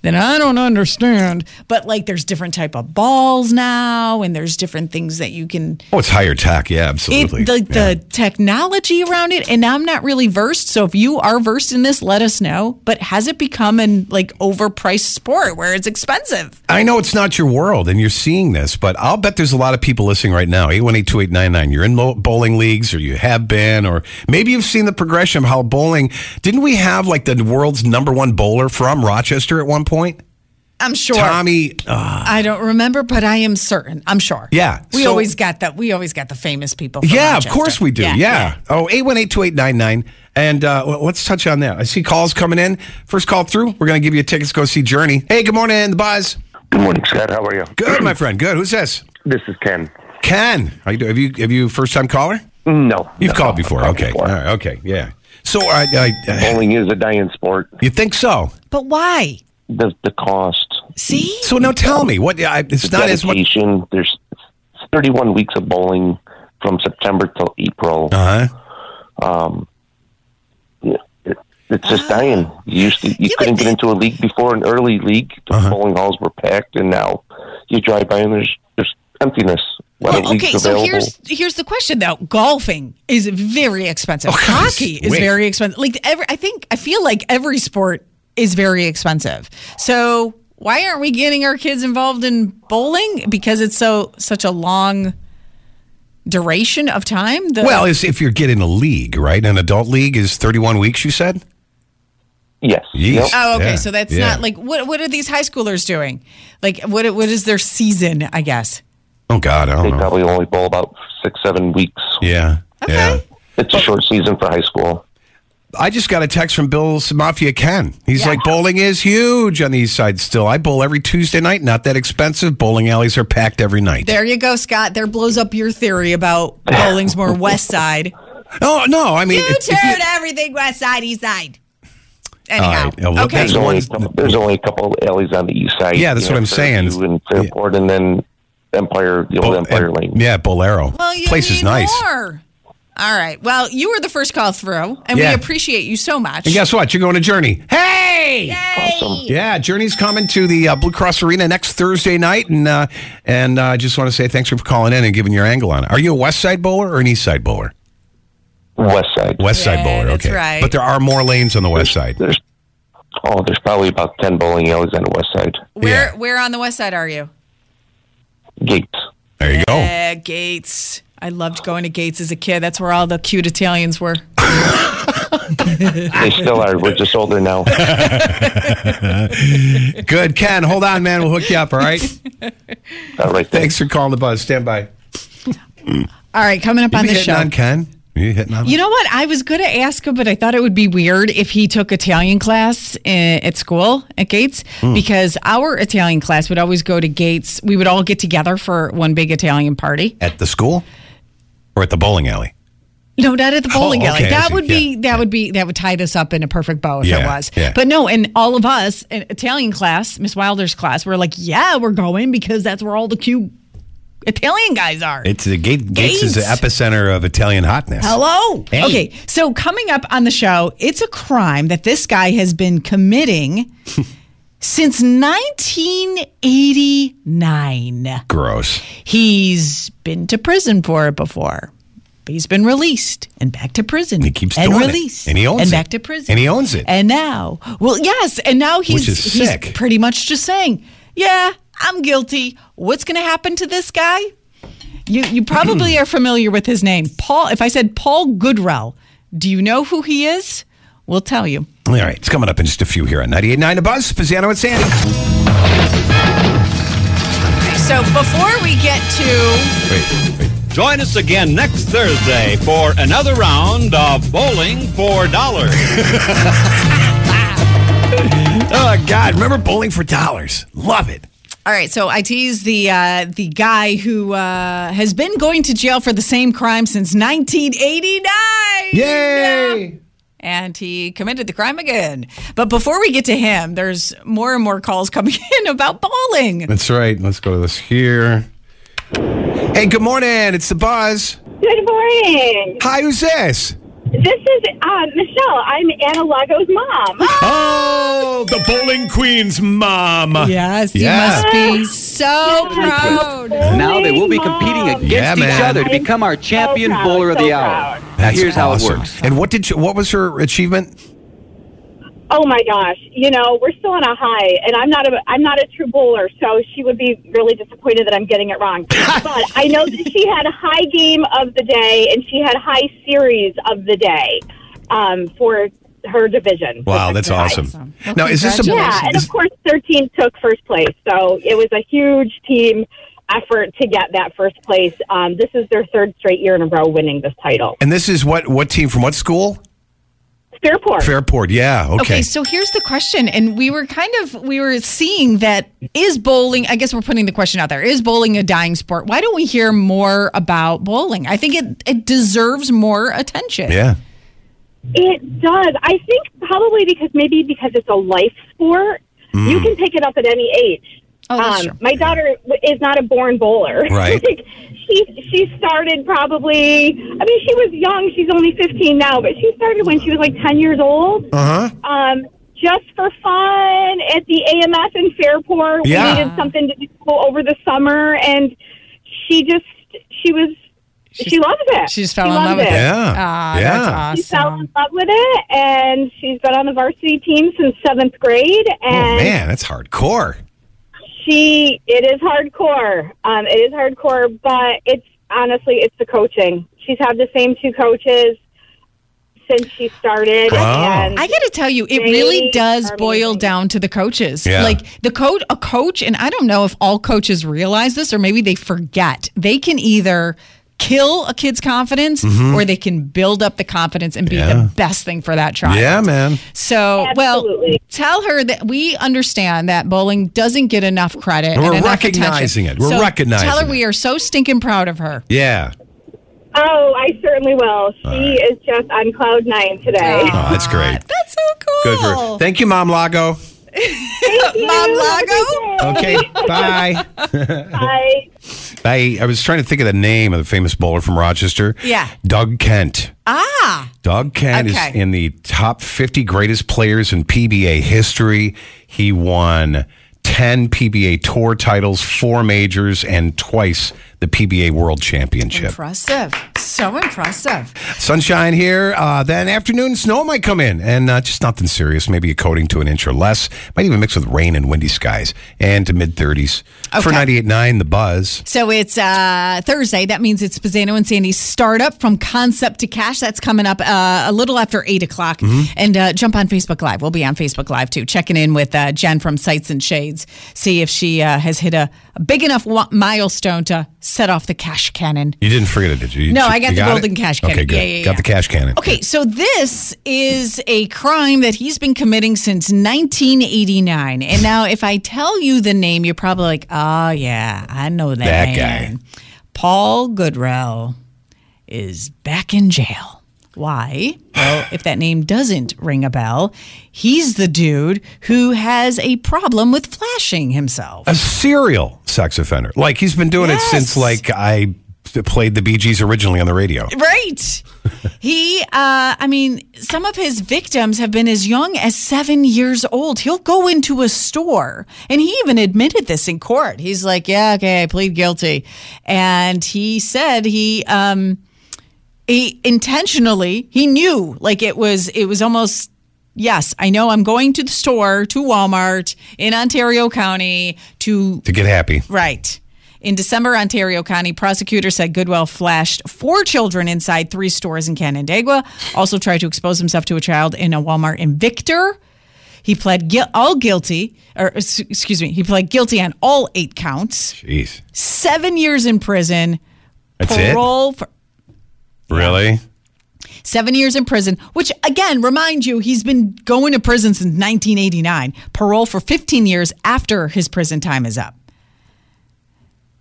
then i don't understand but like there's different type of balls now and there's different things that you can oh it's higher tech yeah it, absolutely the, Yeah. the technology around it and i'm not really versed so if you are versed in this let us know but has it become an like overpriced sport where it's expensive I know it's not your world and you're seeing this, but I'll bet there's a lot of people listening right now. 818-2899. You're in mo- bowling leagues or you have been, or maybe you've seen the progression of how bowling. Didn't we have like the world's number one bowler from Rochester at one point? I'm sure. Tommy, uh, I don't remember, but I am certain. I'm sure. Yeah, We so- always got that. We always got the famous people. from yeah, of Rochester. course we do. Yeah. Oh, 818-2899. And uh, well, let's touch on that. I see calls coming in. First call through, we're going to give you tickets to go see Journey. Hey, good morning, the buzz. Good morning, Scott. How are you? Good, my friend. Good. Who's this? This is Ken. Ken. How you doing? Have you have you first time caller? No, You've no, called no, before. I've Okay. called All right. Okay. Yeah. So uh, I, I, I Bowling is a dying sport. you think so? But why? The the cost, See? So now tell me what I, it's the not as much. dedication. There's 31 weeks of bowling from September till April. Um, Uh huh. It- It's just dying. You used to, you Ah. Yeah, couldn't but- get into a league before an early league. The Uh-huh. bowling halls were packed, and now you drive by and there's there's emptiness. A lot of Well, leagues okay, so available. here's here's the question though. Golfing is very expensive. Hockey is Oh, wait. very expensive. Like every, I think I feel like every sport is very expensive. So why aren't we getting our kids involved in bowling? Because it's so such a long duration of time. The, Well, it's if you're getting a league, right? An adult league is 31 weeks. You said. yes. Yeesh. Yep. oh, okay. yeah, so that's yeah. not like what what are these high schoolers doing? Like what what is their season? I guess. Oh God, I They don't know. probably only bowl about six seven weeks. Yeah. Yeah. It's a short season for high school. I just got a text from Bill's Mafia Ken. He's like, bowling is huge on the east side still. I bowl every Tuesday night. Not that expensive. Bowling alleys are packed every night. There you go, Scott. There blows up your theory about bowling's more west side. Oh, no. I mean, You if- if turned everything west side, east side. Anyhow, right, now look okay. at There's So only a one's- couple, there's only a couple of alleys on the east side. Yeah, that's You know, what I'm saying. Fairview And Fairport, and then Empire, the old Bo- Empire and- Lane. Yeah, Bolero. Well, you Place need is nice. More. All right. Well, you were the first call through, and Yeah. we appreciate you so much. And guess what? You're going to Journey. Hey! Oh, Awesome. Yeah, Journey's coming to the uh, Blue Cross Arena next Thursday night, and uh, and uh, I just want to say thanks for calling in and giving your angle on it. Are you a West Side bowler or an East Side bowler? West side. West Side Yeah, bowler. that's okay, right. but there are more lanes on the West Side. There's oh, there's probably about ten bowling alleys on the west side. Where yeah. where on the west side are you? Gates. There you go. Uh, Gates. I loved going to Gates as a kid. That's where all the cute Italians were. They still are. We're just older now. Good, Ken. Hold on, man. We'll hook you up. All right. All right. thanks for calling the buzz. Stand by. All right, coming up on you the hitting show. on Ken? You hitting on? You know what? I was going to ask him, but I thought it would be weird if he took Italian class i- at school at Gates Hmm. because our Italian class would always go to Gates. We would all get together for one big Italian party. at the school or at the bowling alley? No, not at the bowling Oh, alley. okay, I That see. would be Yeah, that would be that would tie this up in a perfect bow if Yeah, it was. yeah. But no, and all of us in Italian class, Miss Wilder's class, we're like, yeah, we're going because that's where all the cute Italian guys are. It's the gate, Gates is the Gates. epicenter of Italian hotness. Hello. Hey. Okay, so coming up on the show, it's a crime that this guy has been committing since 1989. Gross. He's been to prison for it before. but He's been released and back to prison. He keeps and doing it. released And he owns and it. back to prison And he owns it. And now, well, yes, and now he's is he's sick. pretty much just saying, "Yeah, I'm guilty." What's going to happen to this guy? You you probably are familiar with his name, Paul. If I said Paul Goodrell, do you know who he is? We'll tell you. All right, it's coming up in just a few here on 98.9 The Buzz, Pizzano and Sandy. So before we get to Wait, wait. Join us again next Thursday for another round of Bowling for Dollars. Oh, God, remember bowling for dollars? Love it. all right, so I tease the uh, the guy who uh, has been going to jail for the same crime since 1989. Yay! and he committed the crime again. But before we get to him, there's more and more calls coming in about bowling. That's right. Let's go to this here. Hey, good morning. It's The Buzz. Good morning. Hi, who's this? This is uh, Michelle. I'm Anna Lago's mom. Oh, the bowling queen's mom. Yes, Yeah. you must be so proud. Now they will be competing against Yeah, each man. other to become our champion proud, bowler of so the hour. That's Here's awesome. how it works. And what did you, what was her achievement? Oh my gosh! You know we're still on a high, and I'm not a I'm not a true bowler, so she would be really disappointed that I'm getting it wrong. but I know that she had high game of the day, and she had high series of the day um, for her division. Wow, that's awesome. Awesome. Now, is this a Yeah, and is- of course their team took first place, so it was a huge team effort to get that first place. Um, this is their third straight year in a row winning this title. and this is what what team from what school? Fairport. Fairport. Yeah. Okay. Okay. so here's the question, and we were kind of we were seeing that is bowling. I guess we're putting the question out there: is bowling a dying sport? Why don't we hear more about bowling? I think it it deserves more attention. yeah. It does. I think probably because maybe because it's a life sport, you Mm. can pick it up at any age. Um, Oh, that's true. My daughter w- is not a born bowler. Right. Like, she she started probably. I mean, she was young. She's only fifteen now, but she started when she was like ten years old. Uh Uh-huh. huh. Um, just for fun at the AMF in Fairport. Yeah. We needed something to do over the summer, and she just she was. she loves it. She just fell in love loved with it. Yeah. Ah, Yeah. she That's fell in awesome. love with it, and she's been on the varsity team since seventh grade. Oh And man, that's hardcore. she, it is hardcore. Um, it is hardcore, but it's honestly, it's the coaching. She's had the same two coaches since she started. Wow. And I got to tell you, it They really does are boil amazing. down to the coaches. Yeah. Like the coach, a coach, and I don't know if all coaches realize this or maybe they forget. They can either kill a kid's confidence or they can build up the confidence and be Mm-hmm. Yeah. the best thing for that child. Yeah, man. So, well, Absolutely. tell her that we understand that bowling doesn't get enough credit. We're and enough recognizing attention. it. We're So recognizing Tell her it. we are so stinking proud of her. Yeah. oh, I certainly will. She is just on cloud nine today. Oh, that's great. That's so cool. Good for her. Thank you, Mom Lago. Mom Lago. Okay. bye. Bye. I, I was trying to think of the name of the famous bowler from Rochester. Yeah. Doug Kent. Ah. Doug Kent is Okay. in the top 50 greatest players in PBA history. He won 10 PBA Tour titles, four majors, and twice the PBA World Championship. Impressive. So impressive. Sunshine here. Uh, then afternoon snow might come in, and uh, just nothing serious. Maybe a coating to an inch or less. Might even mix with rain and windy skies, and to mid 30s for Okay. 98.9 The Buzz. So it's uh, Thursday. That means it's Pizzano and Sandy's startup from concept to cash. That's coming up uh, a little after eight o'clock. And uh, jump on Facebook Live. We'll be on Facebook Live too. Checking in with uh, Jen from Sights and Shades. See if she uh, has hit a, a big enough wa- milestone to set off the cash cannon. You didn't forget it, did you? You- No, I got you the golden it? cash cannon. Okay, good. Yeah, yeah, Got yeah. the cash cannon. Okay, so this is a crime that he's been committing since 1989. And now, if I tell you the name, you're probably like, oh, yeah, I know that, That man." Paul Goodrell is back in jail. Why? Well, if that name doesn't ring a bell, he's the dude who has a problem with flashing himself. A serial sex offender. Like he's been doing it since Yes. like I played the Bee Gees originally on the radio. Right. he, uh, I mean, some of his victims have been as young as seven years old. He'll go into a store, and he even admitted this in court. He's like, "Yeah, okay, I plead guilty," and he said he. Um, he intentionally he knew like it was it was almost yes i know i'm going to the store to walmart in ontario county to To get happy. Right. In December, Ontario County prosecutors said Goodwell flashed four children inside three stores in Canandaigua, also tried to expose himself to a child in a Walmart in Victor. He pled guil- all guilty, or ex- excuse me, he pled guilty on all eight counts, Jeez. seven years in prison, That's parole for it? Really? seven years in prison, which again, remind you, he's been going to prison since 1989, parole for 15 years after his prison time is up.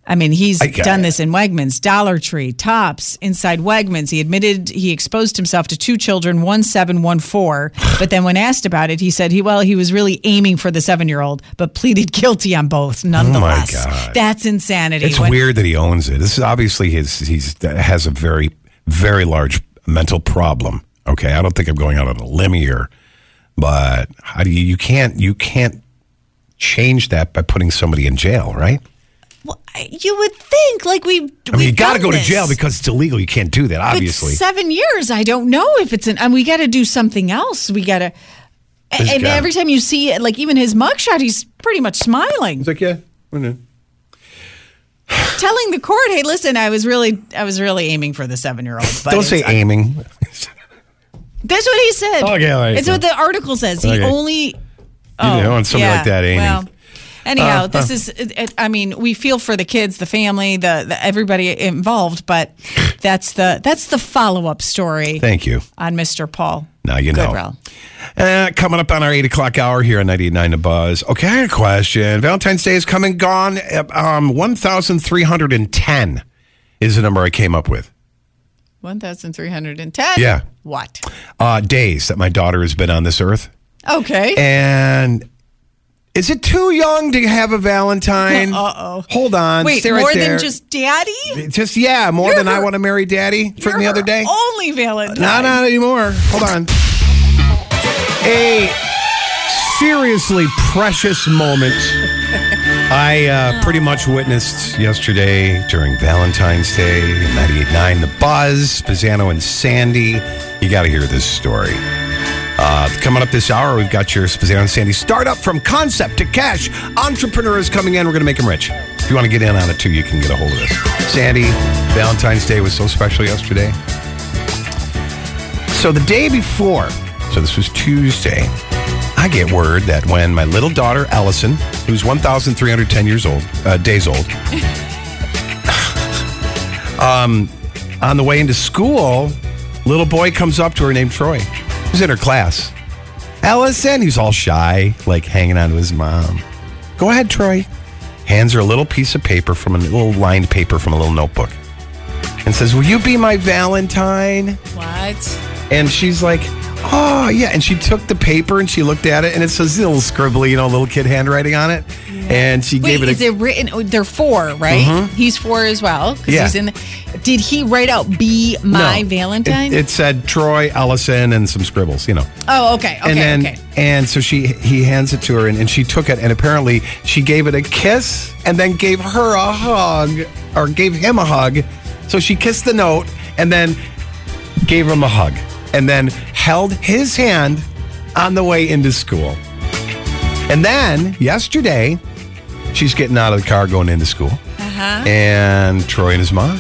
I mean, he's I got done it. this in Wegmans, Dollar Tree, Tops, inside Wegmans. He admitted he exposed himself to two children, one seven, one four. But then when asked about it, he said he well, he was really aiming for the seven year old, but pleaded guilty on both nonetheless. Oh God. That's insanity. It's When- weird that he owns it. This is obviously his. He's has a very, very large mental problem. Okay, I don't think I'm going out on a limb here, but how do you? You can't. You can't change that by putting somebody in jail, right? Well, I- you would think like we I mean, you got to go to jail because it's illegal. You can't do that, obviously. But seven years, I don't know if it's an. And we got to do something else. We got to. And, There's gotta- every time you see it, like even his mugshot, he's pretty much smiling, like, yeah, telling the court, "Hey, listen, I was really, I was really aiming for the seven-year-old." but don't it's- say aiming. That's what he said. Okay, all right. It's what the article says. He Okay. only. oh, know, and something like that, Uh, Amy. Well, anyhow, this is. It, it, I mean, we feel for the kids, the family, the, the everybody involved, but that's the that's the follow up story Thank you. on Mr. Paul. Now you know. Goodrell. Uh, coming up on our 8 o'clock hour here on 99 to Buzz. Okay, I had a question. Valentine's Day is come and gone. Uh, Um, 1,310 is the number I came up with. One thousand three hundred and ten. Yeah. What? Uh, days that my daughter has been on this earth. Okay. And is it too young to have a Valentine? Uh-oh. Hold on. Wait, stay right more there. than just daddy. Just, yeah, more You're than I her- want to marry daddy from the You're other her day. Only Valentine. Not not anymore. Hold on. A seriously precious moment I uh, pretty much witnessed yesterday during Valentine's Day, 98.9 The Buzz, Pisano and Sandy. You got to hear this story. Uh, coming up this hour, we've got your Spazzano and Sandy startup from concept to cash. Entrepreneur is coming in. We're going to make him rich. If you want to get in on it too, you can get a hold of us. Sandy, Valentine's Day was so special yesterday. So the day before, so this was Tuesday, I get word that when my little daughter Ellison, who's 1,310 years old, uh, days old, um, on the way into school, little boy comes up to her named Troy, who's in her class. Ellison, he's all shy, like hanging on to his mom. Go ahead, Troy. Hands her a little piece of paper from a little lined paper from a little notebook, and says, "Will you be my Valentine?" What? And she's like, oh, yeah. And she took the paper and she looked at it, and it says little scribbly, you know, little kid handwriting on it. And she Wait, gave it a. is Mm-hmm. it written? oh, They're four, right? He's four as well. 'cause Yeah. He's in the, did he write out "Be no. My It- Valentine"? It, said Troy Ellison and some scribbles, you know. oh, okay, okay, and then, okay. and so she he hands it to her, and, and she took it, and apparently she gave it a kiss, and then gave her a hug, or gave him a hug. So she kissed the note, and then gave him a hug, and then held his hand on the way into school. And then yesterday, she's getting out of the car going into school. Uh-huh. And Troy and his mom,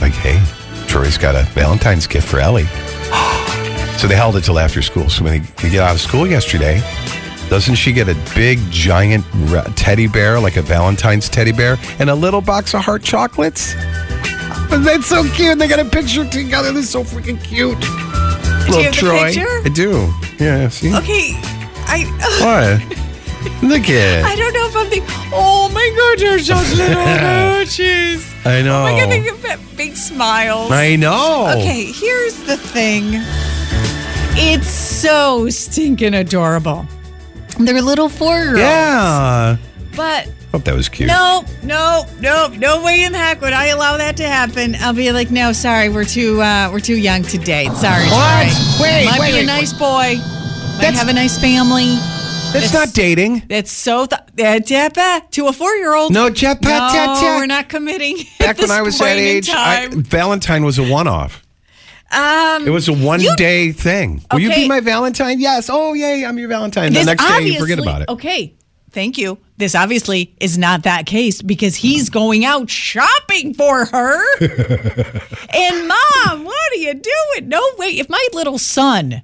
like, hey, Troy's got a Valentine's gift for Ellie. so they held it till after school. So when they, they get out of school yesterday, doesn't she get a big, giant re- teddy bear, like a Valentine's teddy bear, and a little box of heart chocolates? But that's so cute. They got a picture together. That's so freaking cute. Do Little you have the Troy. picture? I do. Yeah, see? Okay, I What? Look at I don't know if I'm thinking. Oh my God, they're such little roaches. I Oh know. my God, they give that big smiles. I know. Okay, here's the thing. It's so stinking adorable. They're little four girls. Yeah. But Hope that was cute. No, no, no, no way in the heck would I allow that to happen. I'll be like, no, sorry, we're too, uh, we're too young to date. Sorry, What? Sorry. Wait, might wait, be wait, a nice boy. Might That's- have a nice family. That's not dating. That's so th- uh, jepa to a four-year-old. No, jepa, No, cha, cha. we're not committing. Back when I was that age, I, I, Valentine was a one off. um, It was a one You- day thing. Will you Okay. be my Valentine? Yes. Oh, yay, I'm your Valentine. The This next day, you obviously- forget about it. Okay. Thank you. This obviously is not that case because he's going out shopping for her. and mom, what are you doing? No, wait. If my little son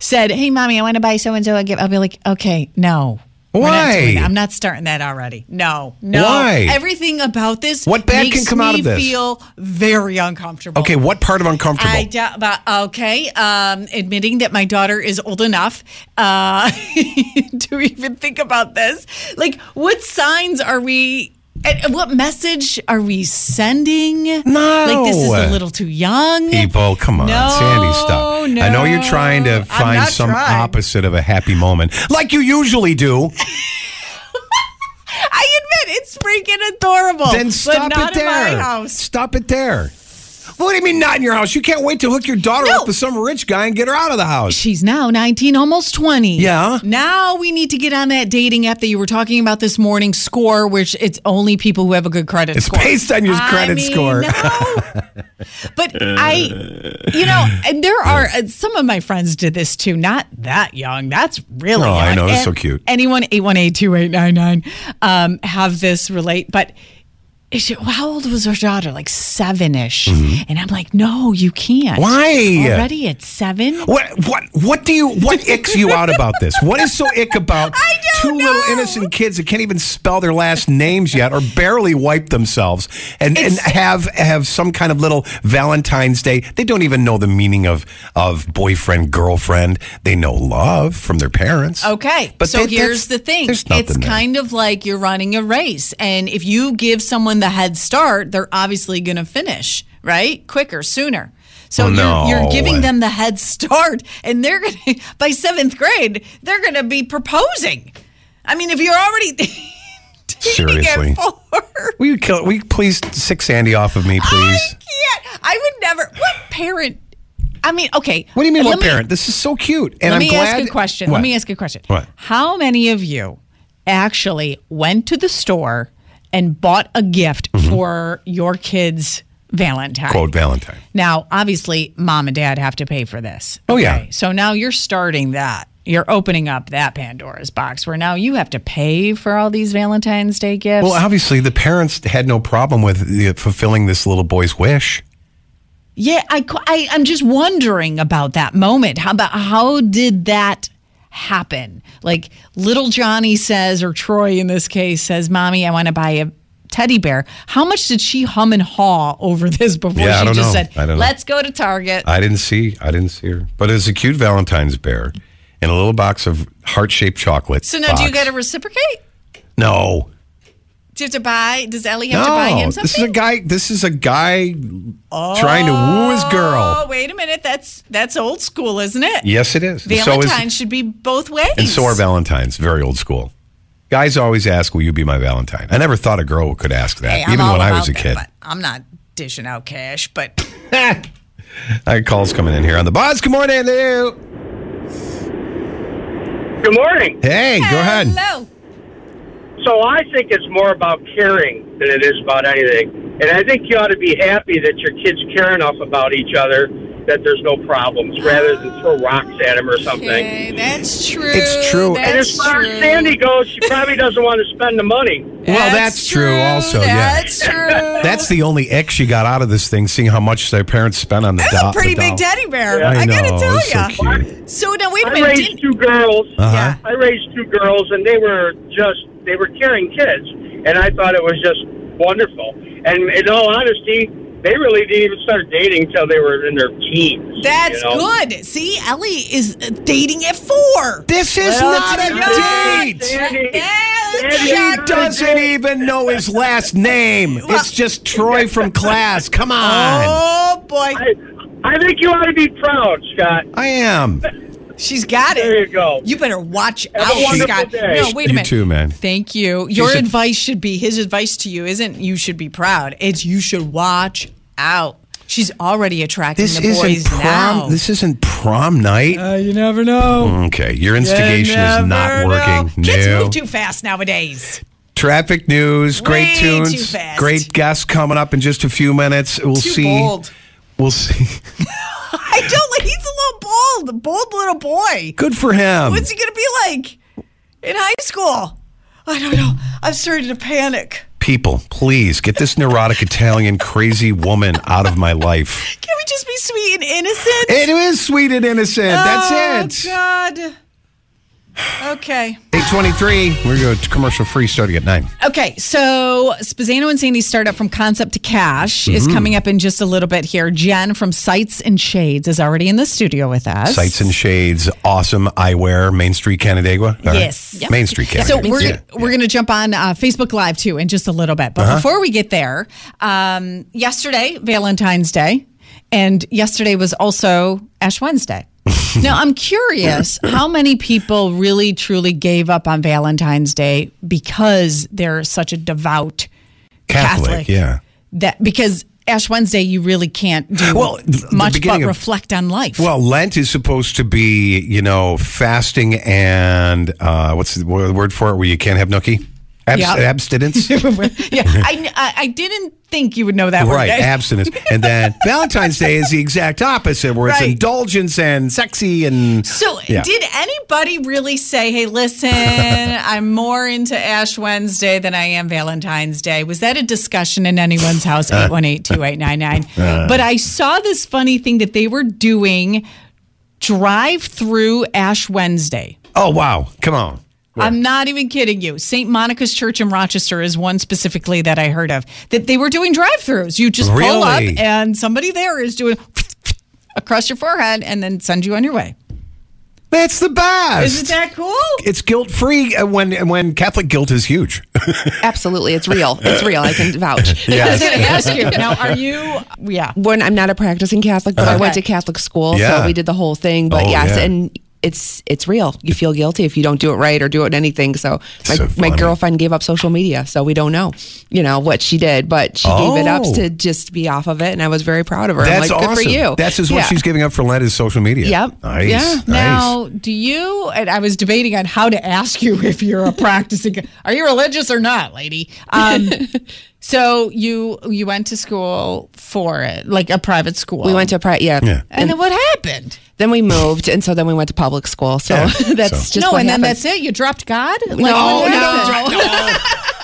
said, Hey, mommy, I want to buy so and so a gift, I'll be like, Okay, no. We're not Why? doing that. I'm not starting that already. No, no. Why? Everything about this What bad makes can come out me of this? feel very uncomfortable. Okay, what part of uncomfortable? I doubt about okay. Um, admitting that my daughter is old enough uh, to even think about this. Like, what signs are we? And and what message are we sending? No. like this is a little too young. People, come on, No, Sandy, stop. I know you're trying no, to I'm find not some trying. opposite of a happy moment, like you usually do. I admit it's freaking adorable. then Oh, but stop not it there. In my house. Stop it there. What do you mean not in your house? You can't wait to hook your daughter No. up with some rich guy and get her out of the house. She's now 19, almost 20. Yeah. Now we need to get on that dating app that you were talking about this morning, Score, which it's only people who have a good credit It's score. based on your I credit mean, score. no. but I, you know, and there are uh, some of my friends did this too. Not that young. That's really. Oh, I young. know. That's so And cute. um, Anyone eight one eight two eight nine nine have this relate, but is she, how old was her daughter? Like seven ish. And I'm like, no, you can't. Mm-hmm. Why? Already at seven? What what what do you what icks you out about this? What is so ick about I two don't little know. innocent kids that can't even spell their last names yet or barely wipe themselves and, and It's- have have some kind of little Valentine's Day. They don't even know the meaning of of boyfriend, girlfriend. They know love from their parents. Okay. But so that- here's that's- the thing. There's It's nothing there. kind of like you're running a race. And if you give someone the head start, they're obviously going to finish, right? Quicker, sooner. So Well, you're, Oh, no. you're giving them the head start, and they're going to, by seventh grade, they're going to be proposing. I mean, if you're already dating Seriously. at four. Will you kill? Will you please sick Sandy off of me, I please? can't. I would never. What parent? I mean, okay. What do you mean, let what me- parent? This is so cute, and let I'm me glad. ask a question. What? Let me ask a question. What? How many of you actually went to the store and bought a gift for your kids' Valentine? Mm-hmm. Quote Valentine. Now, obviously, mom and dad have to pay for this. Oh, yeah. So now you're starting that. You're opening up that Pandora's box where now you have to pay for all these Valentine's Day gifts. Well, obviously, the parents had no problem with the, fulfilling this little boy's wish. Yeah, I, qu- I am just wondering about that moment. How about how did that happen? Like little Johnny says, or Troy in this case says, "Mommy, I want to buy a teddy bear." How much did she hum and haw over this before Yeah, I she don't just know. said, I don't know. Uh, "Let's go to Target"? I didn't see. I didn't see her. But it was a cute Valentine's bear and a little box of heart shaped chocolate. so now, do you got to reciprocate? No. Do you have to buy? Does Ellie have to buy No. him something? This is a guy. This is a guy trying to woo his Oh, girl. wait a minute. That's that's old school, isn't it? Yes, it is. And Valentine So is, should be both ways. and so are Valentines. Very old school. Guys always ask, "Will you be my Valentine?" I never thought a girl could ask that, Hey, I'm even all when I about was a that, kid. but I'm not dishing out cash, but I got calls coming in here on the buzz. Good morning, Lou. Good morning. Hey, go ahead. Hello. So I think it's more about caring than it is about anything. And I think you ought to be happy that your kids care enough about each other that there's no problems rather than throw rocks at them or something. Okay, that's true. It's true. And That's as far true. as Sandy goes, she probably doesn't want to spend the money. Well, that's true also, Oh, yeah. That's true. That's the only X she got out of this thing, seeing how much their parents spent on the That's doll. a pretty the big doll. teddy bear. I, I, know. gotta tell it's ya. so cute. So now wait a I minute. raised Didn't, two girls. Uh-huh. I raised two girls, and they were just they were caring kids, and I thought it was just wonderful. And in all honesty, they really didn't even start dating till they were in their teens. that's you know? good. See, Ellie is uh, dating at four. This is Well, not it's a not. date. Sandy, Yeah, let's Sandy, check. He doesn't even know his last name. It's just Troy from class. Come on. Oh boy, I, I think you ought to be proud, Scott. I am. she's got it. There you go. You better watch a out, wonderful Scott. day. No, wait a You minute. too, man. Thank you. Your should- advice should be his advice to you isn't you should be proud. It's you should watch out. She's already attracting This the boys isn't prom. now. This isn't prom night. Uh, you never know. Okay, your instigation is not working. Kids no. move too fast nowadays. Traffic news, great Way too tunes, fast. great guests coming up in just a few minutes. We'll Too see. bold. We'll see. I don't like. He's a little bold, a bold little boy. Good for him. What's he gonna be like in high school? I don't know. I'm starting to panic. People, please get this neurotic Italian crazy woman out of my life. Can we just be sweet and innocent? It is sweet and innocent. That's Oh, it. God. Okay. 823. We're going to commercial free starting at 9. Okay, so Spazano and Sandy's startup from concept to cash is Mm-hmm. coming up in just a little bit here. Jen from Sights and Shades is already in the studio with us. Sights and Shades, awesome eyewear, Main Street, Canandaigua. All right. Yes. Yep. Main Street, So Canandaigua. we're Yeah. Uh-huh. we're going to jump on uh, Facebook Live too in just a little bit. But before we get there, um, yesterday Valentine's Day, and yesterday was also Ash Wednesday. now I'm curious how many people really truly gave up on Valentine's Day because they're such a devout Catholic, Catholic. yeah. that because Ash Wednesday you really can't do Well, th- the much but beginning of- reflect on life. Well, Lent is supposed to be, you know, fasting and uh, what's the wo- word for it where you can't have nookie? Abs- Yep. Abstinence. yeah, I, I, I didn't think you would know that word. eh? Right, abstinence. And then Valentine's Day is the exact opposite, where it's Right. indulgence and sexy and. So, Yeah. did anybody really say, "Hey, listen, I'm more into Ash Wednesday than I am Valentine's Day"? Was that a discussion in anyone's house? Uh. Eight one eight two eight nine nine. But I saw this funny thing that they were doing drive-through Ash Wednesday. Oh, wow. Come on. I'm not even kidding you. St. Monica's Church in Rochester is one specifically that I heard of that they were doing drive-throughs. You just pull up, Really? and somebody there is doing across your forehead, and then send you on your way. That's the best. Isn't that cool? it's guilt free when when Catholic guilt is huge. Absolutely, it's real. It's real. I can vouch. I Yes. was going to ask you. Now, are you? Yeah. When I'm not a practicing Catholic, but I went to Okay. Catholic school, Yeah. so we did the whole thing. But Oh, yes, yeah. and it's it's real. You feel guilty if you don't do it right or do it anything. So my, So my funny. girlfriend gave up social media, so we don't know, you know, what she did, but she gave it up Oh. to just be off of it, and I was very proud of her. That's I'm like, awesome. good for you. That's just what Yeah. she's giving up for Lent is social media. Yep. Nice. Yeah. nice. Now, do you? And I was debating on how to ask you if you're a practicing. are you religious or not, lady? Um, so you you went to school for it, like a private school. We went to private, yeah. Yeah. and then what happened? Then we moved, and so then we went to public school. So Yeah, that's so- just no, what and then happened. that's it. You dropped God. Like, No, what no, happened? No.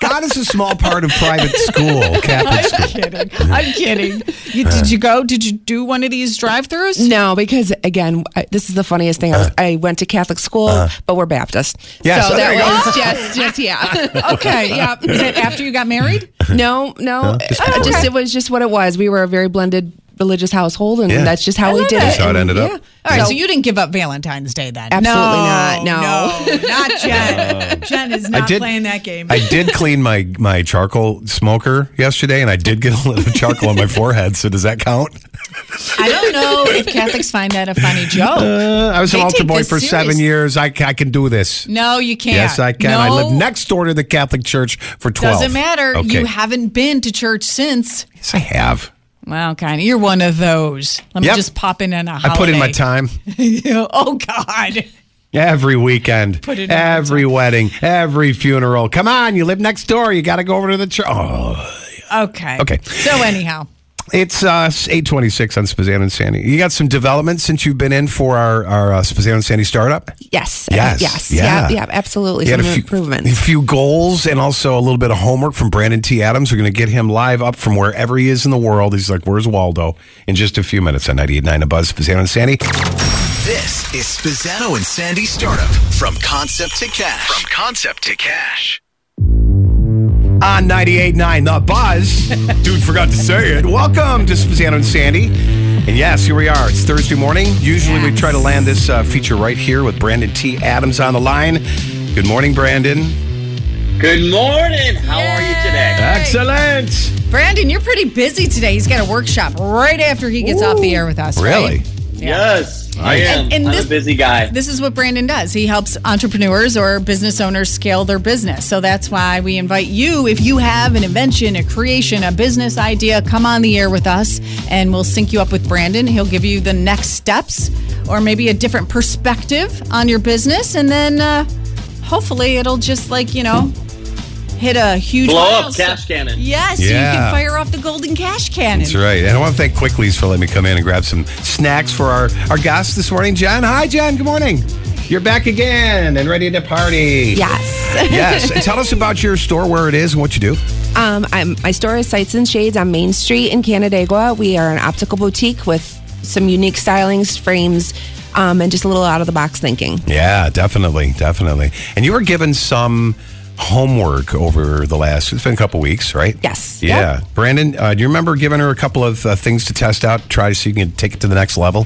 God is a small part of private school, Oh, Catholic school. I'm kidding. I'm kidding. You, did you go? Did you do one of these drive-throughs? No, because again, I, this is the funniest thing. I, was, I went to Catholic school, but we're Baptist. Uh-huh. Yeah, so, so that there you go. was just, just yeah. Okay. Yeah. Was it after you got married? no, no, just uh, before. just it was just what it was. We were a very blended religious household, and Yeah. that's just how we love did it. it. That's how it And, ended up. yeah. All right, so, you didn't give up Valentine's Day then? Absolutely not. No, No. no, not Jen. Jen is not Uh, did- playing that game. I did clean my my charcoal smoker yesterday, and I did get a little charcoal on my forehead. So does that count? I don't know if Catholics find that a funny joke. Uh, I was an They altar take boy this for seven serious- years. I, ca- I can do this. No, you can't. Yes, I can. No, I live next door to the Catholic Church for twelve. Doesn't matter. Okay. You haven't been to church since. Yes, I have. Well, kind of. You're one of those. Let Yep. me just pop in on a holiday. I put in my time oh God. every weekend, Put in every wedding, every funeral. Come on, you live next door. You got to go over to the church. Oh, Okay. Okay. So anyhow, It's uh, 826 on Spazan and Sandy. You got some development since you've been in for our, our uh, Spazan and Sandy startup? Yes. Yes, Yes. yeah. Yeah. Yeah. Absolutely. You Some had a few, improvements. a few goals and also a little bit of homework from Brandon T. Adams. We're going to get him live up from wherever he is in the world. He's like, where's Waldo? In just a few minutes on 98.9 of Buzz, Spazan and Sandy. This is Spazzano and Sandy Startup from concept to cash. From concept to cash. on 98.9 The Buzz. Dude forgot to say it. Welcome to Spazano and Sandy. And yes, here we are. It's Thursday morning. Usually we try to land this uh, feature right here with Brandon T. Adams on the line. Good morning, Brandon. Good morning. How are you today? Excellent. Brandon, you're pretty busy today. He's got a workshop right after he gets off the air with us. right? Really? Yes, I am. And- and I'm this- a busy guy. This is what Brandon does. He helps entrepreneurs or business owners scale their business. So that's why we invite you, if you have an invention, a creation, a business idea, come on the air with us and we'll sync you up with Brandon. He'll give you the next steps or maybe a different perspective on your business. And then uh, hopefully it'll just like, you know, hit a huge Blow up milestone. cash cannon. Yes, so you Yeah. can fire off the golden cash cannon. That's right. And I want to thank Quickly's for letting me come in and grab some snacks for our, our guest this morning. John, hi, John. Good morning. You're back again and ready to party. Yes. Yes. And Tell us about your store, where it is, and what you do. Um, I'm, my store is Sights and Shades on Main Street in Canandaigua. We are an optical boutique with some unique stylings, frames, um, and just a little out of the box thinking. Yeah, definitely, definitely. And you were given some homework over the last. It's been a couple weeks, right? Yes. Yeah, Brandon, uh, do you remember giving her a couple of uh, things to test out, try to see if you can take it to the next level?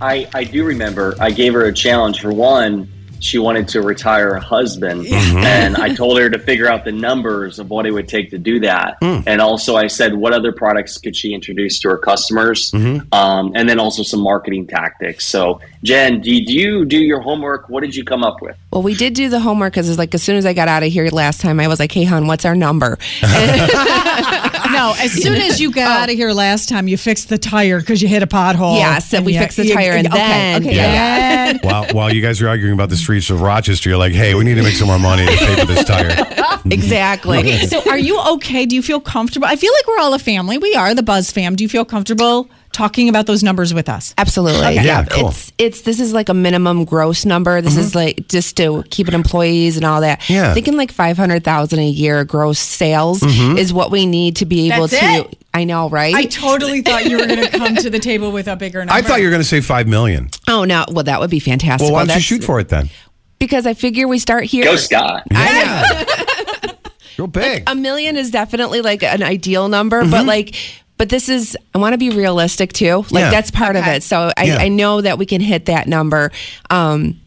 I, I do remember I gave her a challenge. For one, she wanted to retire her husband, and I told her to figure out the numbers of what it would take to do that. And also, I said what other products could she introduce to her customers, um, and then also some marketing tactics. So, Jen, did you do your homework? What did you come up with? Well, we did do the homework because, like, as soon as I got out of here last time, I was like, "Hey, hon, what's our number?" No, as soon as you Oh. got out of here last time, you fixed the tire because you hit a pothole. Yes, and we you- fixed the you- tire, and okay, then- okay, Yeah. yeah. while, while you guys were arguing about this streets of Rochester, you're like, hey, we need to make some more money to pay for this tire. exactly. Okay, so are you okay? Do you feel comfortable? I feel like we're all a family. We are the Buzz fam. Do you feel comfortable talking about those numbers with us? Absolutely. Okay. Yeah, cool. It's it's this is like a minimum gross number. This is like just to keep it employees and all that. Mm-hmm. Yeah. Thinking like five hundred thousand a year gross sales Mhm. is what we need to be able That's to it? I know, right? I totally thought you were going to come to the table with a bigger number. I thought you were going to say five million. Oh no! Well, that would be fantastic. Well, why don't you that's- shoot for it then? Because I figure we start here. Scott. Go big. Mm-hmm. a million is definitely like an ideal number, but like, but this is, I want to be realistic too. Like, Yeah. that's part of it. So I, Yeah. I know that we can hit that number. Um,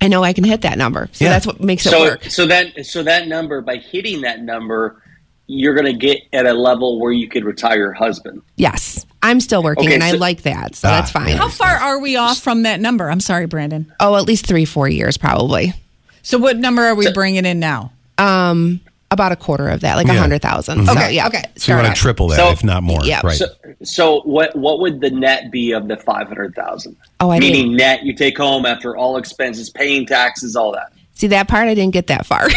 I know I can hit that number. So Yeah. that's what makes it so, work. So that so that number by hitting that number, you're going to get at a level where you could retire your husband. Yes. I'm still working Okay, and I so- like that. So Ah, that's fine. How far are we off from that number? I'm sorry, Brandon. Oh, at least three, four years probably. So what number are we bringing in now? Um, about a quarter of that, like a Yeah. hundred thousand. Mhm. So, Okay. yeah. Okay. So you want to triple that, So- if not more. Yeah. Right. So, so what what would the net be of the five hundred thousand? Oh, I meaning net you take home after all expenses, paying taxes, all that. See that part? I didn't get that far.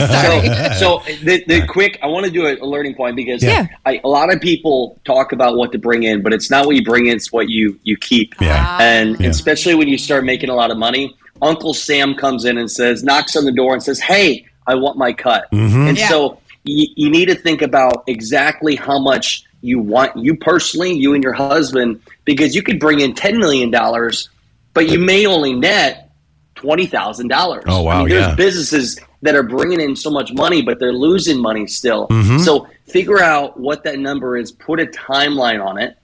So, so the, the quick, I want to do a, a learning point because Yeah. I, a lot of people talk about what to bring in, but it's not what you bring in; it's what you you keep. Yeah. And especially when you start making a lot of money, Uncle Sam comes in and says, knocks on the door and says, "Hey, I want my cut." Mhm. And Yeah. so you, you need to think about exactly how much you want you personally, you and your husband, because you could bring in ten million dollars, but you may only net twenty thousand dollars. Oh, wow, I mean, there's yeah. businesses that are bringing in so much money, but they're losing money still. Mhm. So figure out what that number is. Put a timeline on it.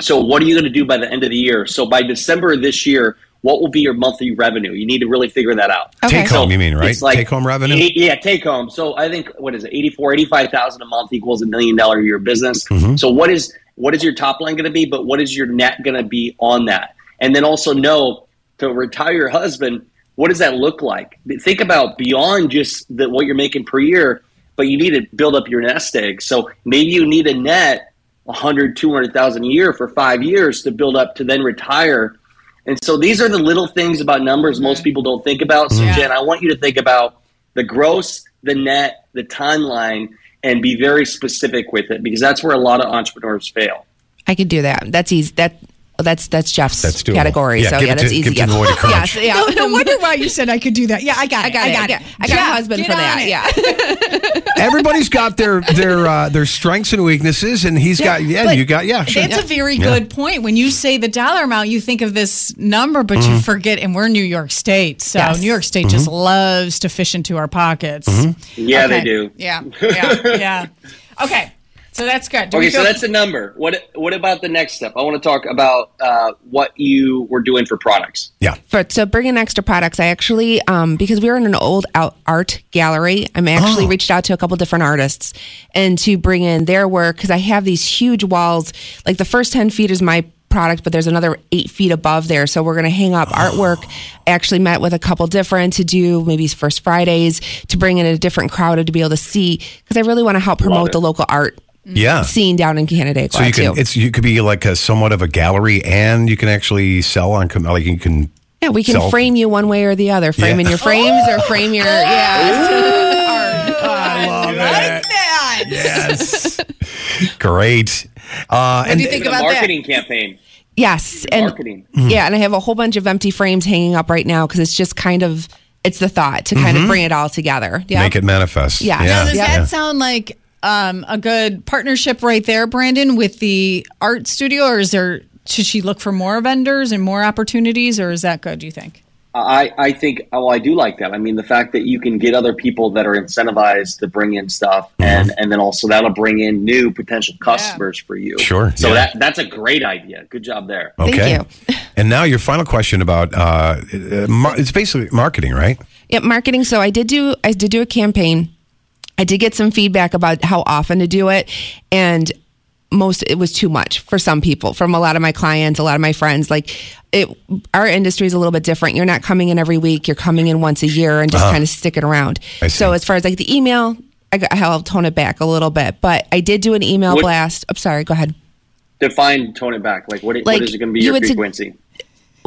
So what are you going to do by the end of the year? So by December of this year, what will be your monthly revenue? You need to really figure that out. Take home, So you mean, right? it's like- Take home revenue? Eight- yeah, take home. So I think what is it, eighty four, eighty five thousand a month equals a million dollar a year business. Mhm. So what is what is your top line going to be? But what is your net going to be on that? And then also know to retire your husband. What does that look like? Think about beyond just the, what you're making per year, but you need to build up your nest egg. So maybe you need a net 100, 200,000 a year for five years to build up to then retire. And so these are the little things about numbers Mm-hmm. most people don't think about. So, Jen, I want you to think about the gross, the net, the timeline, and be very specific with it because that's where a lot of entrepreneurs fail. I could do that. That's easy. That that's that's Jeff's doable. category. Yeah, so give yeah, it that's to- easy. give it to the boy to crunch. Yes, yeah. No, no wonder why you said I could do that. Yeah, I got it. I got, it. I got a husband for that. Yeah. Everybody's got their their uh, their strengths and weaknesses, and he's got yeah. but You got yeah. Sure. That's a very Yeah. good point. When you say the dollar amount, you think of this number, but you Mhm. forget, and we're New York State. So Yes. New York State Mm-hmm. just loves to fish into our pockets. Yeah, Okay. they do. Yeah, yeah, yeah. Okay, so that's good. Do we okay, so feel- that's the number. What What about the next step? I want to talk about uh, what you were doing for products. Yeah. For so bring in extra products. I actually um because we were in an old out art gallery, I'm Oh. actually reached out to a couple different artists and to bring in their work because I have these huge walls. Like the first ten feet is my product, but there's another eight feet above there. So we're gonna hang Oh. up artwork. I actually met with a couple different to do maybe first Fridays to bring in a different crowd to be able to see because I really want to help promote it. the local art Yeah. scene down in Canandaigua So you too. can it's you could be like a somewhat of a gallery, and you can actually sell on com- like you can. Yeah, we can sell- frame you one way or the other. Frame Yeah. in your frames or frame your yeah. Yes, great. Uh, What do you think a about that? marketing campaign? yes, and Marketing. Mm-hmm. yeah, and I have a whole bunch of empty frames hanging up right now because it's just kind of it's the thought to kind Mhm. of bring it all together. Yeah, Make it manifest. Yeah. Now, does Yeah. that sound like um, a good partnership right there, Brandon, with the art studio, or is there? Should she look for more vendors and more opportunities, or is that good? Do you think? I, I think well I do like that. I mean the fact that you can get other people that are incentivized to bring in stuff Mm-hmm. and, and then also that'll bring in new potential customers for you. Sure, So yeah. that that's a great idea. Good job there. Okay. and now your final question about uh, uh, mar- it's basically marketing, right? Yep, marketing. So I did do I did do a campaign. I did get some feedback about how often to do it and most it was too much for some people from a lot of my clients a lot of my friends like it our industry is a little bit different you're not coming in every week you're coming in once a year and just Uh-huh. kind of sticking around I see. so as far as like the email i got i'll tone it back a little bit but i did do an email What- blast i'm sorry go ahead Define tone it back. Like what, Like, what is it gonna be you your would sug- frequency?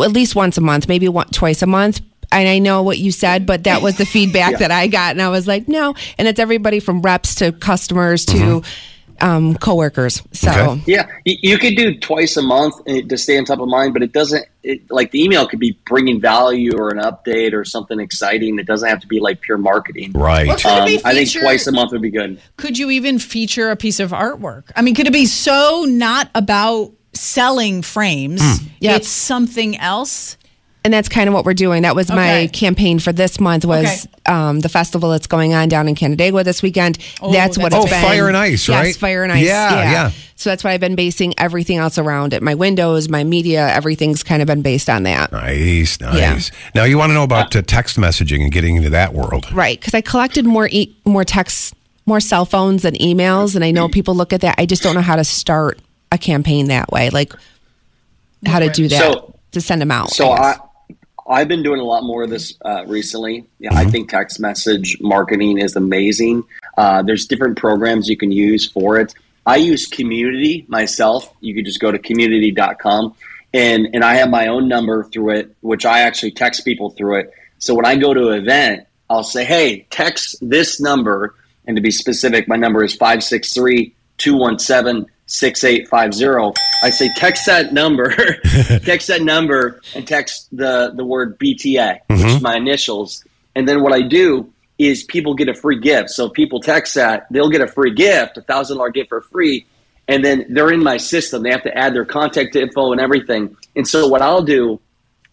at least once a month, maybe one, twice a month. and I know what you said, but that was the feedback Yeah. that I got, and I was like, no. And it's everybody from reps to customers to Mm-hmm. um, coworkers. So Oh. Yeah, you, you could do twice a month and- to stay on top of mind, but it doesn't. It, like the email could be bringing value or an update or something exciting. It doesn't have to be like pure marketing. Um, Right. Well, could it be I think feature- twice a month would be good. Could you even feature a piece of artwork? I mean, could it be so not about selling frames? Hmm. It's something else. and that's kind of what we're doing. That was Okay. my campaign for this month was um, the festival that's going on down in Canandaigua this weekend. that's what that's it's Oh, been. Fire and Ice, right? Yes, Fire and Ice. Yeah, Yeah, yeah. So that's why I've been basing everything else around it. My windows, my media, everything's kind of been based on that. Nice, nice. Now you want to know about uh, text messaging and getting into that world. Right, because I collected more e- more texts, more cell phones than emails, and I know people look at that. I just don't know how to start a campaign that way, like how to do that So- to send them out. So I guess. I, I've been doing a lot more of this uh, recently. Yeah, Mm-hmm. I think text message marketing is amazing. Uh, there's different programs you can use for it. I use Community myself. You could just go to community.com, and and I have my own number through it, which I actually text people through it. So when I go to an event, I'll say, "Hey, text this number." And to be specific, my number is 563 217 6850. I say, text that number, text that number, and text the, the word BTA, which is my initials. And then what I do is people get a free gift. So if people text that, they'll get a free gift, a $1,000 gift for free. And then they're in my system. They have to add their contact info and everything. And so what I'll do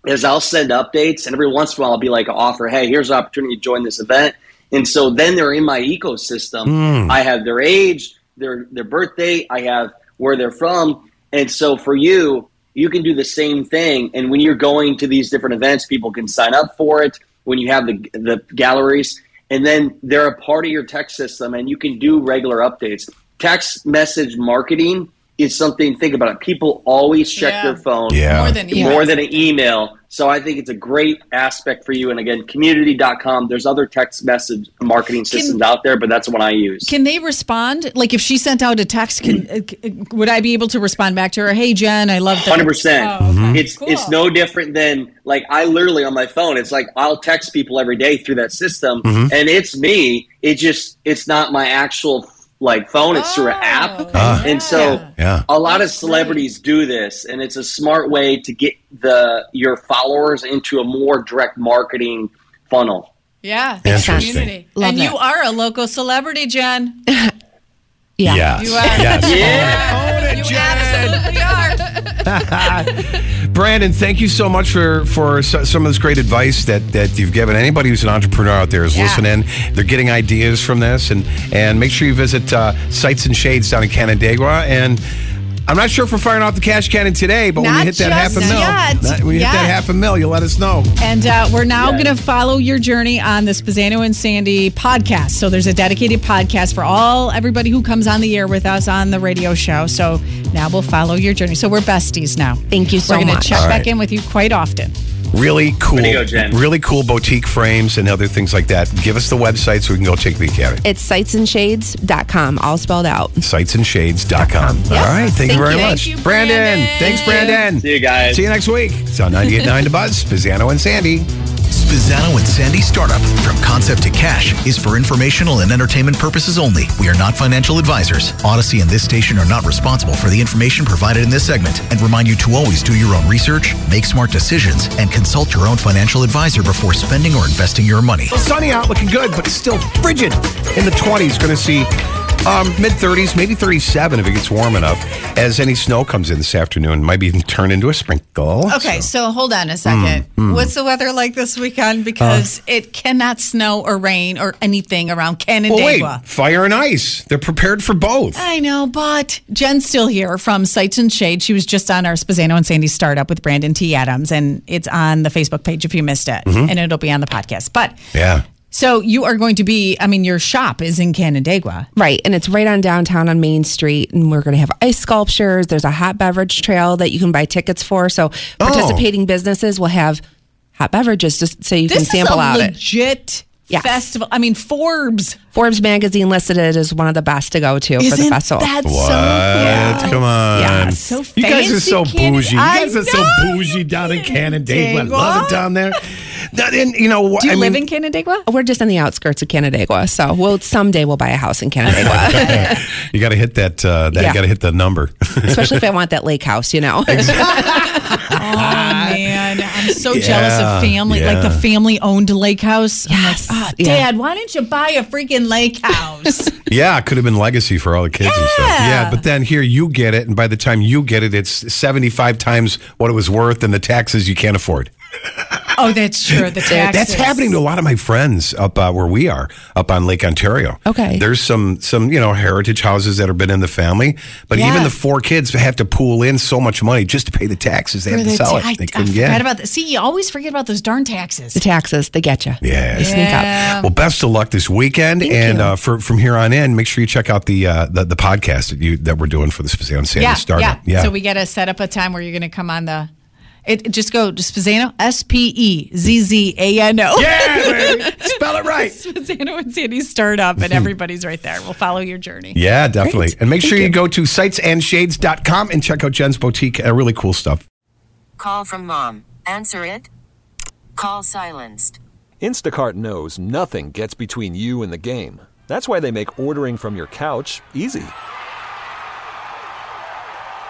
is I'll send updates, and every once in a while I'll be like, offer, hey, here's an opportunity to join this event. And so then they're in my ecosystem. Mm. I have their age, their their birthday, I have where they're from. And so for you, you can do the same thing. And when you're going to these different events, people can sign up for it. When you have the the galleries, and then they're a part of your text system, and you can do regular updates. Text message marketing is something. Think about it. People always check Yeah. their phone Yeah. More than email. more than an email. So I think it's a great aspect for you. And again, community.com. There's other text message marketing systems out there, but that's the one I use. Can they respond? Like if she sent out a text, can, uh, c- uh, would I be able to respond back to her? Hey, Jen, I love that. Hundred percent. Oh, okay. It's it's no different than like I literally on my phone. It's like I'll text people every day through that system, Mhm. and it's me. It just it's not my actual like phone. It's Oh, through an app, and so Yeah. a lot of celebrities do this, and it's a smart way to get the your followers into a more direct marketing funnel. Yeah. Interesting. Community. Love and that. you are a local celebrity, Jen. yeah. You are. Yes. absolutely are. Brandon, thank you so much for for so- some of this great advice that that you've given. Anybody who's an entrepreneur out there is Yeah. listening; they're getting ideas from this, and and make sure you visit uh, Sights and Shades down in Canandaigua. And I'm not sure if we're firing off the cash cannon today, but when you Not hit that half a just mil, yet. not- when you hit that Yeah. half a mil, you'll let us know. And uh, we're now Yeah. going to follow your journey on the Spazzano and Sandy podcast. So there's a dedicated podcast for all everybody who comes on the air with us on the radio show. So now we'll follow your journey. So we're besties now. Thank you so We're gonna much. check All back right. in with you quite often. Really cool, Way to go, Jen. really cool boutique frames and other things like that. Give us the website so we can go take a peek at it. It's sightsandshades.com, all spelled out. Sightsandshades.com. All right, thank, you Thank very you. much, Thank you, Brandon. Brandon. Thanks, Brandon. See you guys. See you next week. It's on 98.9 to Buzz, Pizzano and Sandy. Spizzano and Sandy Startup from concept to cash is for informational and entertainment purposes only. We are not financial advisors. Odyssey and this station are not responsible for the information provided in this segment and remind you to always do your own research, make smart decisions, and consult your own financial advisor before spending or investing your money. Sunny out, looking good, but it's still frigid in the 20s. Going to see um, mid 30s, maybe 37 if it gets warm enough. As any snow comes in this afternoon, might even turn into a sprinkle. Okay, so hold on a second. Mm, Uh. mm. What's the weather like this weekend? Because it cannot snow or rain or anything around Well, Canandaigua. wait, fire and ice. They're prepared for both. I know, but Jen's still here from Sights and Shade. She was just on our Spazzano and Sandy startup with Brandon T. Adams, and it's on the Facebook page if you missed it, Mhm. and it'll be on the podcast. But Yeah. so you are going to be, I mean, your shop is in Canandaigua. Right. And it's right on downtown on Main Street. And we're going to have ice sculptures. There's a hot beverage trail that you can buy tickets for. So Oh. participating businesses will have hot beverages just so you this can sample is a out it. legit festival. I mean, Forbes. Forbes magazine listed it as one of the best to go to for the Isn't festival. that What? Come on. Yes. So you guys are fancy so Canada- bougie. You I guys are so bougie down in Canandaigua. I love it down there. That, and you know, Do you I live mean, in Canandaigua? We're just on the outskirts of Canandaigua, so we'll someday we'll buy a house in Canandaigua, You got to hit that. Uh, that Yeah. You got to hit the number. especially if I want that lake house. You know, man, I'm so jealous Yeah, of family, like the yeah. family owned lake house. Yes. I'm like, "Ah, yeah. Dad, why didn't you buy a freaking lake house? yeah, it could have been legacy for all the kids and stuff. Yeah, but then here you get it, and by the time you get it, it's seventy five times what it was worth, and the taxes you can't afford. oh, that's true. The taxes. That's happening to a lot of my friends up uh, where we are, up on Lake Ontario. Okay. There's some some you know heritage houses that have been in the family, but Yeah. even the four kids have to pool in so much money just to pay the taxes. They For have to the sell ta- it. They I, I couldn't forgot get. it. about that. See, you always forget about those darn taxes. the taxes they get you. Yeah, They sneak up. Yeah. Well, best of luck this weekend, and uh, for, from here on in, make sure you check out the uh, the, the podcast that you that we're doing for the Spazano Sandy Startup. yeah. So we got to set up a time where you're going to come on the. It, just go to Spazano, S P E Z Z A N O. Yeah, spell it right. Spazano and Sandy Startup, and everybody's right there. We'll follow your journey. yeah, definitely, Great. and make Thank sure you you. go to sightsandshades.com and check out Jen's boutique. Uh, really cool stuff. Call from mom. Answer it. Call silenced. Instacart knows nothing gets between you and the game. That's why they make ordering from your couch easy.